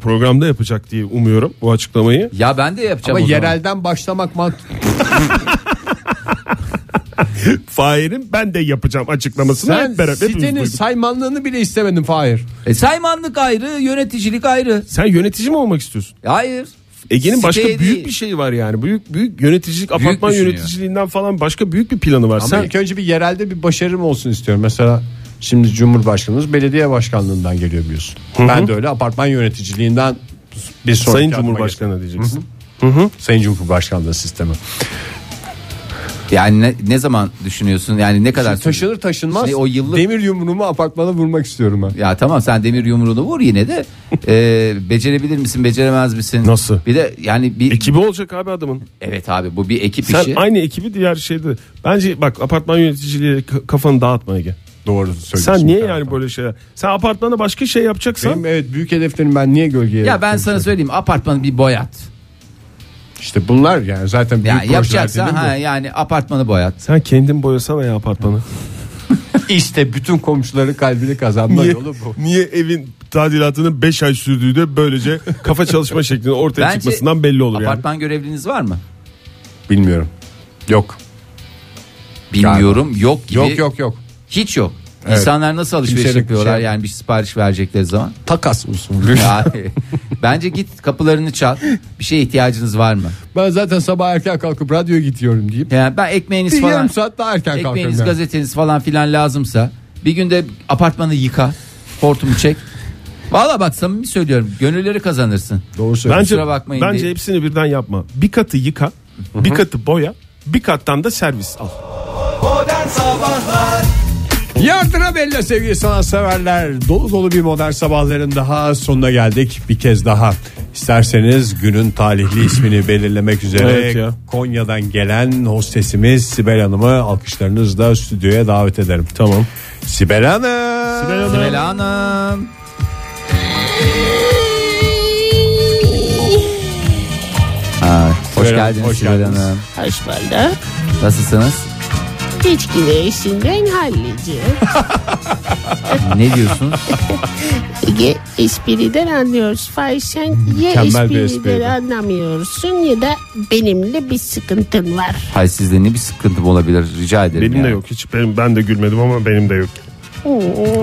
Speaker 4: programda yapacak diye umuyorum bu açıklamayı.
Speaker 1: ya ben de yapacağım
Speaker 2: ama
Speaker 1: o zaman.
Speaker 2: yerelden başlamak mantıklı.
Speaker 4: Fahir'in ben de yapacağım açıklamasını
Speaker 2: Sen
Speaker 4: hep beraber
Speaker 2: sitenin
Speaker 4: duyduk.
Speaker 2: saymanlığını bile istemedin Fahir.
Speaker 1: E, saymanlık ayrı, yöneticilik ayrı. E,
Speaker 4: Sen yönetici mi olmak istiyorsun?
Speaker 1: Hayır.
Speaker 4: Ege'nin başka
Speaker 1: Siteye
Speaker 4: büyük
Speaker 1: değil.
Speaker 4: bir şeyi var yani. Büyük büyük yöneticilik, apartman
Speaker 1: düşünüyor.
Speaker 4: yöneticiliğinden falan başka büyük bir planı var.
Speaker 2: şey Ama
Speaker 4: Sen
Speaker 2: ilk önce bir yerelde bir başarım olsun istiyorum. Mesela şimdi Cumhurbaşkanımız belediye başkanlığından geliyor biliyorsun. Ben de öyle apartman yöneticiliğinden bir sonraki
Speaker 4: Sayın
Speaker 2: adıma
Speaker 4: Cumhurbaşkanı diyeceksin.
Speaker 2: geçtim. Sayın Cumhurbaşkanlığı sistemi.
Speaker 1: Yani ne, ne zaman düşünüyorsun? Yani ne kadar sürüyor?
Speaker 2: Taşınır taşınmaz
Speaker 1: Şey, o yıllık-
Speaker 2: demir yumruğumu apartmana vurmak istiyorum ben.
Speaker 1: Ya tamam sen demir yumruğunu vur yine de e, becerebilir misin beceremez misin?
Speaker 4: Nasıl?
Speaker 1: Bir de yani bir
Speaker 4: Ekibi olacak abi adamın.
Speaker 1: evet abi bu bir şey. ekip
Speaker 4: Sen
Speaker 1: işi.
Speaker 4: aynı ekibi diğer şeyde. Bence bak apartman yöneticiliği ka- kafanı dağıtma Ege.
Speaker 2: Doğru söylüyorsun.
Speaker 4: Sen niye
Speaker 2: Evet,
Speaker 4: yani
Speaker 2: tamam.
Speaker 4: böyle şeyler? Sen apartmana başka şey yapacaksan
Speaker 2: Benim evet büyük hedeflerim ben niye gölgeye
Speaker 1: Ya ben sana söyleyeyim apartmanı bir boyat.
Speaker 2: İşte bunlar yani zaten büyük
Speaker 1: Ya
Speaker 2: projeler
Speaker 1: yapacaksan
Speaker 2: değil mi?
Speaker 1: ha yani apartmanı boyat.
Speaker 4: sen kendin boyasana ya apartmanı.
Speaker 2: İşte bütün komşuların kalbini kazanma
Speaker 4: niye,
Speaker 2: yolu bu.
Speaker 4: niye evin tadilatının 5 ay sürdüğü de böylece kafa çalışma şeklinde ortaya
Speaker 1: Bence
Speaker 4: çıkmasından belli olur yani.
Speaker 1: Apartman görevliniz var mı?
Speaker 2: Bilmiyorum. Yok.
Speaker 1: Bilmiyorum yok gibi.
Speaker 2: Yok yok yok.
Speaker 1: Hiç yok.
Speaker 2: Evet.
Speaker 1: İnsanlar nasıl alışveriş
Speaker 2: Kimseyle bir
Speaker 1: yapıyorlar
Speaker 2: şey-
Speaker 1: yani bir sipariş verecekleri zaman?
Speaker 2: Takas usulü.
Speaker 1: Ya, bence git kapılarını çal. Bir şeye ihtiyacınız var mı?
Speaker 2: ben zaten sabah erken kalkıp radyoya gidiyorum deyip
Speaker 1: Yani ben ekmeğiniz
Speaker 2: bir
Speaker 1: falan
Speaker 2: yarım saat daha erken kalkıyorum.
Speaker 1: ekmeğiniz
Speaker 2: yani.
Speaker 1: gazeteniz falan filan lazımsa bir günde apartmanı yıka. Hortumu çek. Valla bak samimi söylüyorum gönülleri kazanırsın.
Speaker 2: Doğru söylüyorsun.
Speaker 4: Bence
Speaker 1: Kusura bakmayın
Speaker 4: bence
Speaker 1: diye.
Speaker 4: hepsini birden yapma. Bir katı yıka, bir katı boya, bir kattan da servis al.
Speaker 2: Yardıra bella sevgili sanatseverler. Dolu dolu bir modern sabahların daha sonuna geldik. Bir kez daha isterseniz günün talihli ismini belirlemek üzere
Speaker 4: Evet ya.
Speaker 2: Konya'dan gelen hostesimiz Sibel Hanım'ı alkışlarınızla stüdyoya davet ederim. Tamam. Sibel Hanım.
Speaker 4: Sibel Hanım.
Speaker 1: Sibel Hanım. Aa, hoş
Speaker 2: Sibel Hanım,
Speaker 1: geldiniz
Speaker 2: hoş
Speaker 1: Sibel
Speaker 2: geldiniz.
Speaker 1: Hanım.
Speaker 6: Hoş bulduk.
Speaker 1: Nasılsınız?
Speaker 6: İçkileri işinden hallici.
Speaker 1: Ne diyorsunuz?
Speaker 6: Ege espriden anlıyoruz. Fahir sen ya
Speaker 2: Hmm, Mükemmel bir espriydi.
Speaker 6: espriden anlamıyorsun ya da benimle bir sıkıntın var.
Speaker 1: Hay sizde ne bir sıkıntım olabilir rica ederim.
Speaker 4: Benim
Speaker 1: ya.
Speaker 4: de yok. Hiç benim, ben de gülmedim ama benim de yok.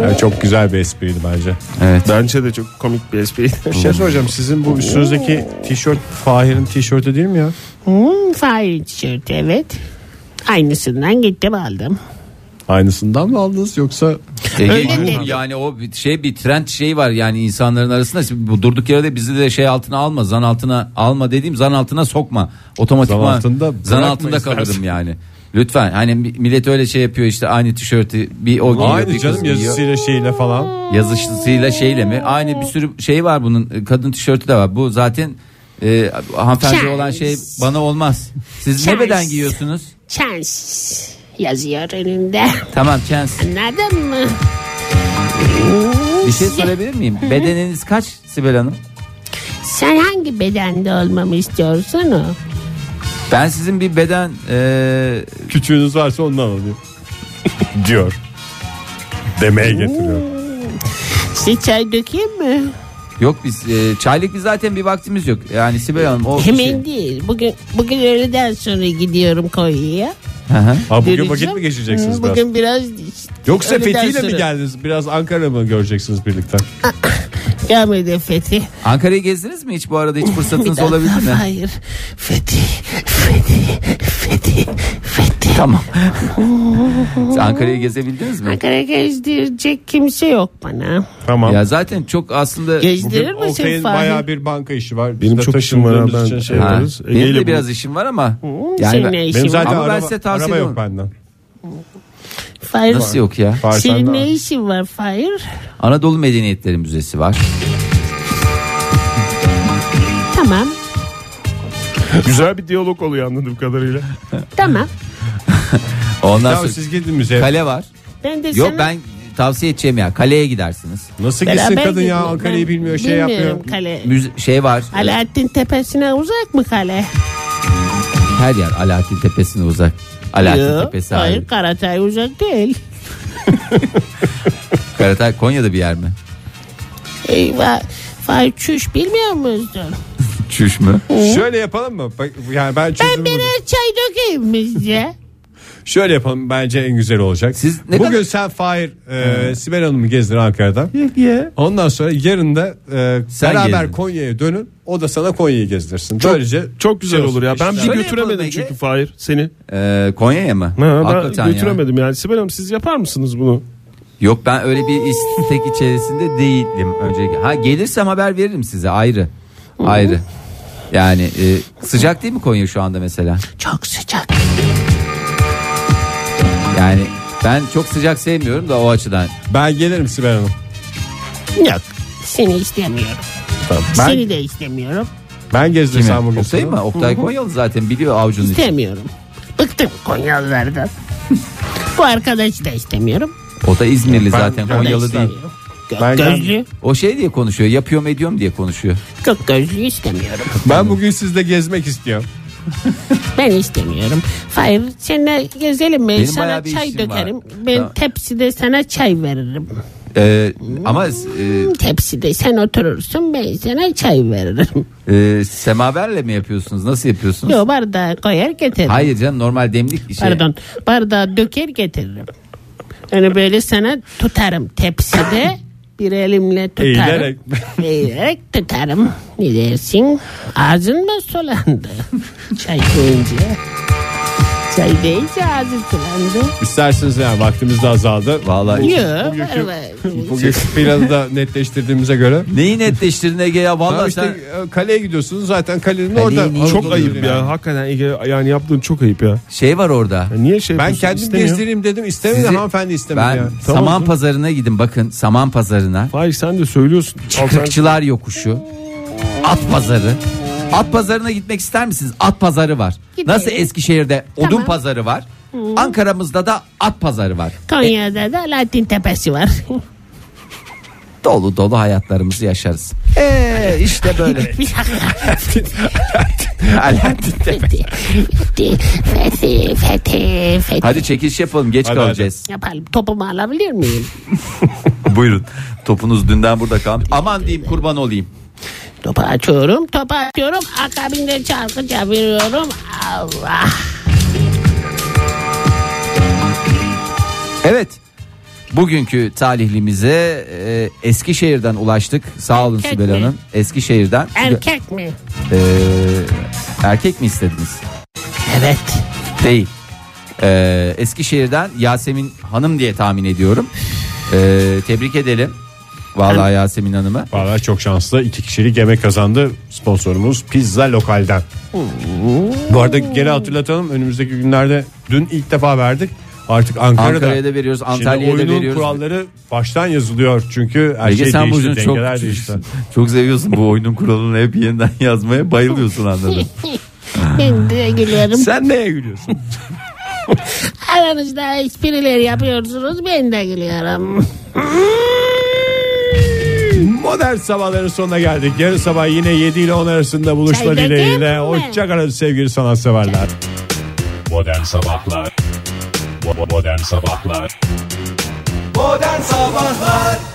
Speaker 2: Yani çok güzel bir espriydi bence.
Speaker 1: Evet.
Speaker 4: Bence de çok komik bir espri.
Speaker 2: Bir şey soracağım. Sizin bu üstünüzdeki tişört Fahir'in tişörtü değil mi ya?
Speaker 6: Hmm, Fahir'in tişörtü evet. Aynısından gittim aldım.
Speaker 2: Aynısından mı aldınız yoksa
Speaker 1: Ege,
Speaker 4: Öyle
Speaker 1: yuh,
Speaker 6: dedi.
Speaker 1: Şey yani o bir şey bir trend şey var yani insanların arasında Şimdi bu durduk yere de bizi de şey altına alma zan altına alma dediğim zan altına sokma otomatikman
Speaker 2: Zan altında
Speaker 1: zan
Speaker 2: bırakma
Speaker 1: altında
Speaker 2: istersen.
Speaker 1: kalırım yani. Lütfen hani mi- millet öyle şey yapıyor işte aynı tişörtü bir o giyiyor bir
Speaker 2: Aynı
Speaker 1: kız
Speaker 2: canım
Speaker 1: giyiyor.
Speaker 2: yazısıyla şeyle falan.
Speaker 1: yazışısıyla şeyle mi aynı bir sürü şey var bunun E, kadın tişörtü de var bu zaten e, hanımefendi
Speaker 6: Charles.
Speaker 1: olan şey bana olmaz. Siz ne
Speaker 6: Charles.
Speaker 1: beden giyiyorsunuz?
Speaker 6: Chance yazıyor önünde.
Speaker 1: Tamam chance.
Speaker 6: Anladın mı?
Speaker 1: Bir şey sorabilir miyim? Bedeniniz kaç Sibel Hanım?
Speaker 6: Sen hangi bedende olmamı istiyorsun o?
Speaker 1: Ben sizin bir beden e,
Speaker 2: Küçüğünüz varsa ondan alıyor. Diyor. Demeye getiriyor.
Speaker 6: Size çay dökeyim mi?
Speaker 1: yok biz e, çaylık biz zaten bir vaktimiz yok. Yani Sibel Hanım o
Speaker 6: Hemen
Speaker 1: şey-
Speaker 6: değil. Bugün bugün öğleden sonra gidiyorum Konya'ya.
Speaker 1: Hı hı.
Speaker 2: Ha bugün
Speaker 6: Döneceğim.
Speaker 2: vakit mi
Speaker 1: Ee,
Speaker 2: geçireceksiniz biraz?
Speaker 6: Bugün biraz
Speaker 2: Yoksa
Speaker 6: öğleden
Speaker 2: Fethi'yle mi
Speaker 6: sonra.
Speaker 2: geldiniz? Biraz Ankara mı göreceksiniz birlikte?
Speaker 6: Gelmedi Fethi.
Speaker 1: Ankara'yı gezdiniz mi hiç bu arada hiç
Speaker 6: Bir
Speaker 1: fırsatınız
Speaker 6: daha-
Speaker 1: olabildi mi?
Speaker 6: Hayır. Fethi. Fethi. Fethi. Fethi.
Speaker 1: Tamam. Siz Ankara'yı gezebildiniz mi?
Speaker 6: Ankara gezdirecek kimse yok bana.
Speaker 4: Tamam.
Speaker 1: Ya zaten çok aslında
Speaker 6: Gezdirir misin
Speaker 2: Oktay'ın
Speaker 6: Fahri?
Speaker 2: bayağı bir banka işi var. Biz
Speaker 4: Benim
Speaker 2: de
Speaker 4: çok işim var
Speaker 2: taşındığımız
Speaker 4: abi,
Speaker 2: için
Speaker 4: ben-
Speaker 2: şey
Speaker 4: Ha.
Speaker 2: yaparız.
Speaker 4: yaparız.
Speaker 1: Benim
Speaker 4: Ege'yle
Speaker 1: de
Speaker 4: bu-
Speaker 1: biraz işim var ama yani
Speaker 6: Senin
Speaker 1: ben-
Speaker 6: ne işin
Speaker 2: Benim zaten
Speaker 6: var?
Speaker 1: Ama ben
Speaker 2: araba,
Speaker 1: size tavsiye
Speaker 2: araba
Speaker 1: ediyorum.
Speaker 2: yok benden.
Speaker 6: Fahir,
Speaker 1: nasıl yok ya?
Speaker 2: Fahri sen
Speaker 6: Senin
Speaker 2: de-
Speaker 6: ne işin var Fahir?
Speaker 1: Anadolu Medeniyetleri Müzesi var.
Speaker 6: Tamam.
Speaker 4: Güzel bir diyalog oluyor anladığım kadarıyla.
Speaker 6: Tamam.
Speaker 1: Ondan
Speaker 2: Ya
Speaker 1: sonra
Speaker 2: siz gidin müzeye.
Speaker 1: kale var.
Speaker 6: Ben de
Speaker 1: Yok
Speaker 6: sana
Speaker 1: ben tavsiye edeceğim ya. Kaleye gidersiniz.
Speaker 2: Nasıl
Speaker 6: beraber
Speaker 2: gitsin kadın ya
Speaker 6: gidiyorum.
Speaker 2: Ankara'yı
Speaker 6: Ben
Speaker 2: bilmiyor şey yapmıyor.
Speaker 6: bilmiyorum Kale.
Speaker 1: Müze, şey var.
Speaker 6: Alaaddin tepesine uzak mı kale?
Speaker 1: e, Her yer Alaaddin Tepesi'ne uzak. Alaaddin
Speaker 6: Yok,
Speaker 1: Tepesi
Speaker 6: hayır
Speaker 1: hayır.
Speaker 6: Karatay uzak değil.
Speaker 1: Karatay Konya'da bir yer mi?
Speaker 6: Eyvah. Fahir çüş bilmiyor musun?
Speaker 1: Çüş mü?
Speaker 2: Şöyle yapalım mı? Bak, yani ben
Speaker 6: Ben
Speaker 2: çözümü buldum.
Speaker 6: birer çay dökeyim mi size?
Speaker 2: Şöyle yapalım bence en güzel olacak.
Speaker 1: Siz ne
Speaker 2: Bugün
Speaker 1: kadar-
Speaker 2: sen Fahir e, Sibel Hanım'ı gezdir Ankara'da. Ondan sonra yarın da e,
Speaker 1: Sen
Speaker 2: beraber
Speaker 1: gezdin.
Speaker 2: Konya'ya dönün. O da sana Konya'yı gezdirsin. Böylece
Speaker 4: Çok güzel
Speaker 2: şey
Speaker 4: olur ya. Ben bir
Speaker 1: Şöyle
Speaker 4: götüremedim
Speaker 1: yapalım Ege.
Speaker 4: çünkü Fahir seni.
Speaker 1: Ee, Konya'ya mı?
Speaker 4: Ha, ben
Speaker 1: Hakikaten ya.
Speaker 4: götüremedim yani. Sibel Hanım siz yapar mısınız bunu?
Speaker 1: Yok ben öyle bir istek içerisinde değilim öncelikle. Ha gelirsem haber veririm size ayrı. Ayrı. Yani e, sıcak değil mi Konya şu anda mesela?
Speaker 6: Çok sıcak.
Speaker 1: Yani ben çok sıcak sevmiyorum da o açıdan.
Speaker 2: Ben gelirim Sibel Hanım.
Speaker 6: Yok. Seni istemiyorum.
Speaker 2: Ben,
Speaker 6: Seni de istemiyorum.
Speaker 2: ben gezdirsem
Speaker 1: Kimi?
Speaker 2: bugün.
Speaker 1: Oktay mı? Oktay Konyalı zaten biliyor avucunun içi.
Speaker 6: İstemiyorum. Bıktım Konyalılardan. Bu arkadaşı da istemiyorum.
Speaker 1: O da İzmirli
Speaker 2: Ben-
Speaker 1: zaten
Speaker 2: ben
Speaker 1: Konyalı değil.
Speaker 6: İstemiyorum. Gök
Speaker 2: Ben-
Speaker 6: gözlü.
Speaker 1: O şey diye konuşuyor yapıyorum ediyorum diye konuşuyor.
Speaker 6: Gök gözlü istemiyorum.
Speaker 2: Ben bugün sizle gezmek istiyorum.
Speaker 6: Ben istemiyorum. Hayır seninle gezelim mi?
Speaker 1: Benim bayağı
Speaker 6: sana
Speaker 1: bir
Speaker 6: çay
Speaker 1: işim var.
Speaker 6: dökerim. Ben
Speaker 1: Tamam.
Speaker 6: tepside sana çay veririm.
Speaker 1: Ee, ama e,
Speaker 6: Tepside sen oturursun ben sana çay veririm.
Speaker 1: e, semaverle mi yapıyorsunuz? Nasıl yapıyorsunuz?
Speaker 6: Yo bardağı koyar getiririm.
Speaker 1: Hayır canım normal demlik şey.
Speaker 6: Pardon bardağı döker getiririm. Yani böyle sana tutarım tepside bir elimle tutarım.
Speaker 2: Eğilerek.
Speaker 6: Eğilerek tutarım. Ne dersin? Ağzın mı sulandı? Çay koyunca. Çay deyince ağzı sulandı.
Speaker 2: İsterseniz yani vaktimiz de azaldı.
Speaker 1: Vallahi.
Speaker 6: Yok.
Speaker 2: Bugün planı da netleştirdiğimize göre.
Speaker 1: Neyi netleştirin Ege ya?
Speaker 2: Tamam
Speaker 1: Vallahi
Speaker 2: işte
Speaker 1: sen...
Speaker 2: e, kaleye gidiyorsunuz zaten kalenin
Speaker 1: Kaleyi
Speaker 2: orada.
Speaker 1: niye-
Speaker 4: Çok
Speaker 2: Anadolu
Speaker 4: ayıp
Speaker 2: yürüyün.
Speaker 4: ya. Hakikaten Ege yani yaptığın çok ayıp ya.
Speaker 1: Şey var orada.
Speaker 4: Ya niye şey
Speaker 2: Ben
Speaker 4: yapıyorsun?
Speaker 2: kendim
Speaker 4: İstemiyor.
Speaker 2: gezdireyim dedim istemiyor
Speaker 1: Sizi-
Speaker 2: hanımefendi istemiyor.
Speaker 1: ben
Speaker 2: ya.
Speaker 1: saman
Speaker 4: Tamam.
Speaker 1: pazarına gidin bakın saman pazarına.
Speaker 4: Fahir sen de söylüyorsun. Alternatif-
Speaker 1: Kırkçılar yokuşu. At pazarı. At pazarına gitmek ister misiniz? At pazarı var.
Speaker 6: Gidelim.
Speaker 1: Nasıl Eskişehir'de odun
Speaker 6: Tamam.
Speaker 1: pazarı var. Ankara'mızda da at pazarı var.
Speaker 6: Konya'da da Latin tepesi var.
Speaker 1: Dolu dolu hayatlarımızı yaşarız. Eee işte böyle.
Speaker 6: Bir dakika.
Speaker 1: Alaaddin Tepe.
Speaker 6: Fethi, Fethi, Fethi, Fethi, Fethi.
Speaker 1: Hadi çekiliş yapalım geç
Speaker 2: Hadi,
Speaker 1: kalacağız.
Speaker 6: Yapalım. Topumu alabilir miyim?
Speaker 1: Buyurun. Topunuz dünden burada kalmış. Aman diyeyim kurban olayım.
Speaker 6: Topu açıyorum, topu atıyorum. Akabinde çarkı çeviriyorum. Allah.
Speaker 1: Evet. Bugünkü talihlimize e, Eskişehir'den ulaştık. Sağ olun
Speaker 6: Erkek
Speaker 1: Sibel
Speaker 6: mi?
Speaker 1: Hanım. Eskişehir'den.
Speaker 6: Erkek mi?
Speaker 1: E, erkek mi istediniz?
Speaker 6: Evet.
Speaker 1: Değil. E, Eskişehir'den Yasemin Hanım diye tahmin ediyorum. Ee, tebrik edelim. Vallahi Yasemin Hanım'a.
Speaker 4: Valla çok şanslı. iki kişilik yemek kazandı sponsorumuz Pizza Lokal'den. Bu arada gene hatırlatalım önümüzdeki günlerde dün ilk defa verdik. Artık Ankara'da.
Speaker 1: Ankara'ya da veriyoruz, Antalya'ya
Speaker 4: Şimdi
Speaker 1: da
Speaker 4: oyunun
Speaker 1: veriyoruz.
Speaker 4: kuralları baştan yazılıyor çünkü her
Speaker 1: Ege
Speaker 4: şey
Speaker 1: sen bu
Speaker 4: değişti,
Speaker 1: yüzden çok
Speaker 4: dengeler değişti.
Speaker 1: çok seviyorsun bu oyunun kuralını hep yeniden yazmaya bayılıyorsun anladım.
Speaker 6: Gülüyorum.
Speaker 4: Sen neye gülüyorsun?
Speaker 6: Aranızda esprileri yapıyorsunuz ben de gülüyorum.
Speaker 4: Modern sabahların sonuna geldik. Yarın sabah yine 7 ile 10 arasında buluşma
Speaker 6: Çaydaki
Speaker 4: dileğiyle.
Speaker 6: mi?
Speaker 4: Hoşçakalın Ee, sevgili sanatseverler.
Speaker 2: Modern Sabahlar Bo- bo- Modern Sabahlar
Speaker 7: Modern Sabahlar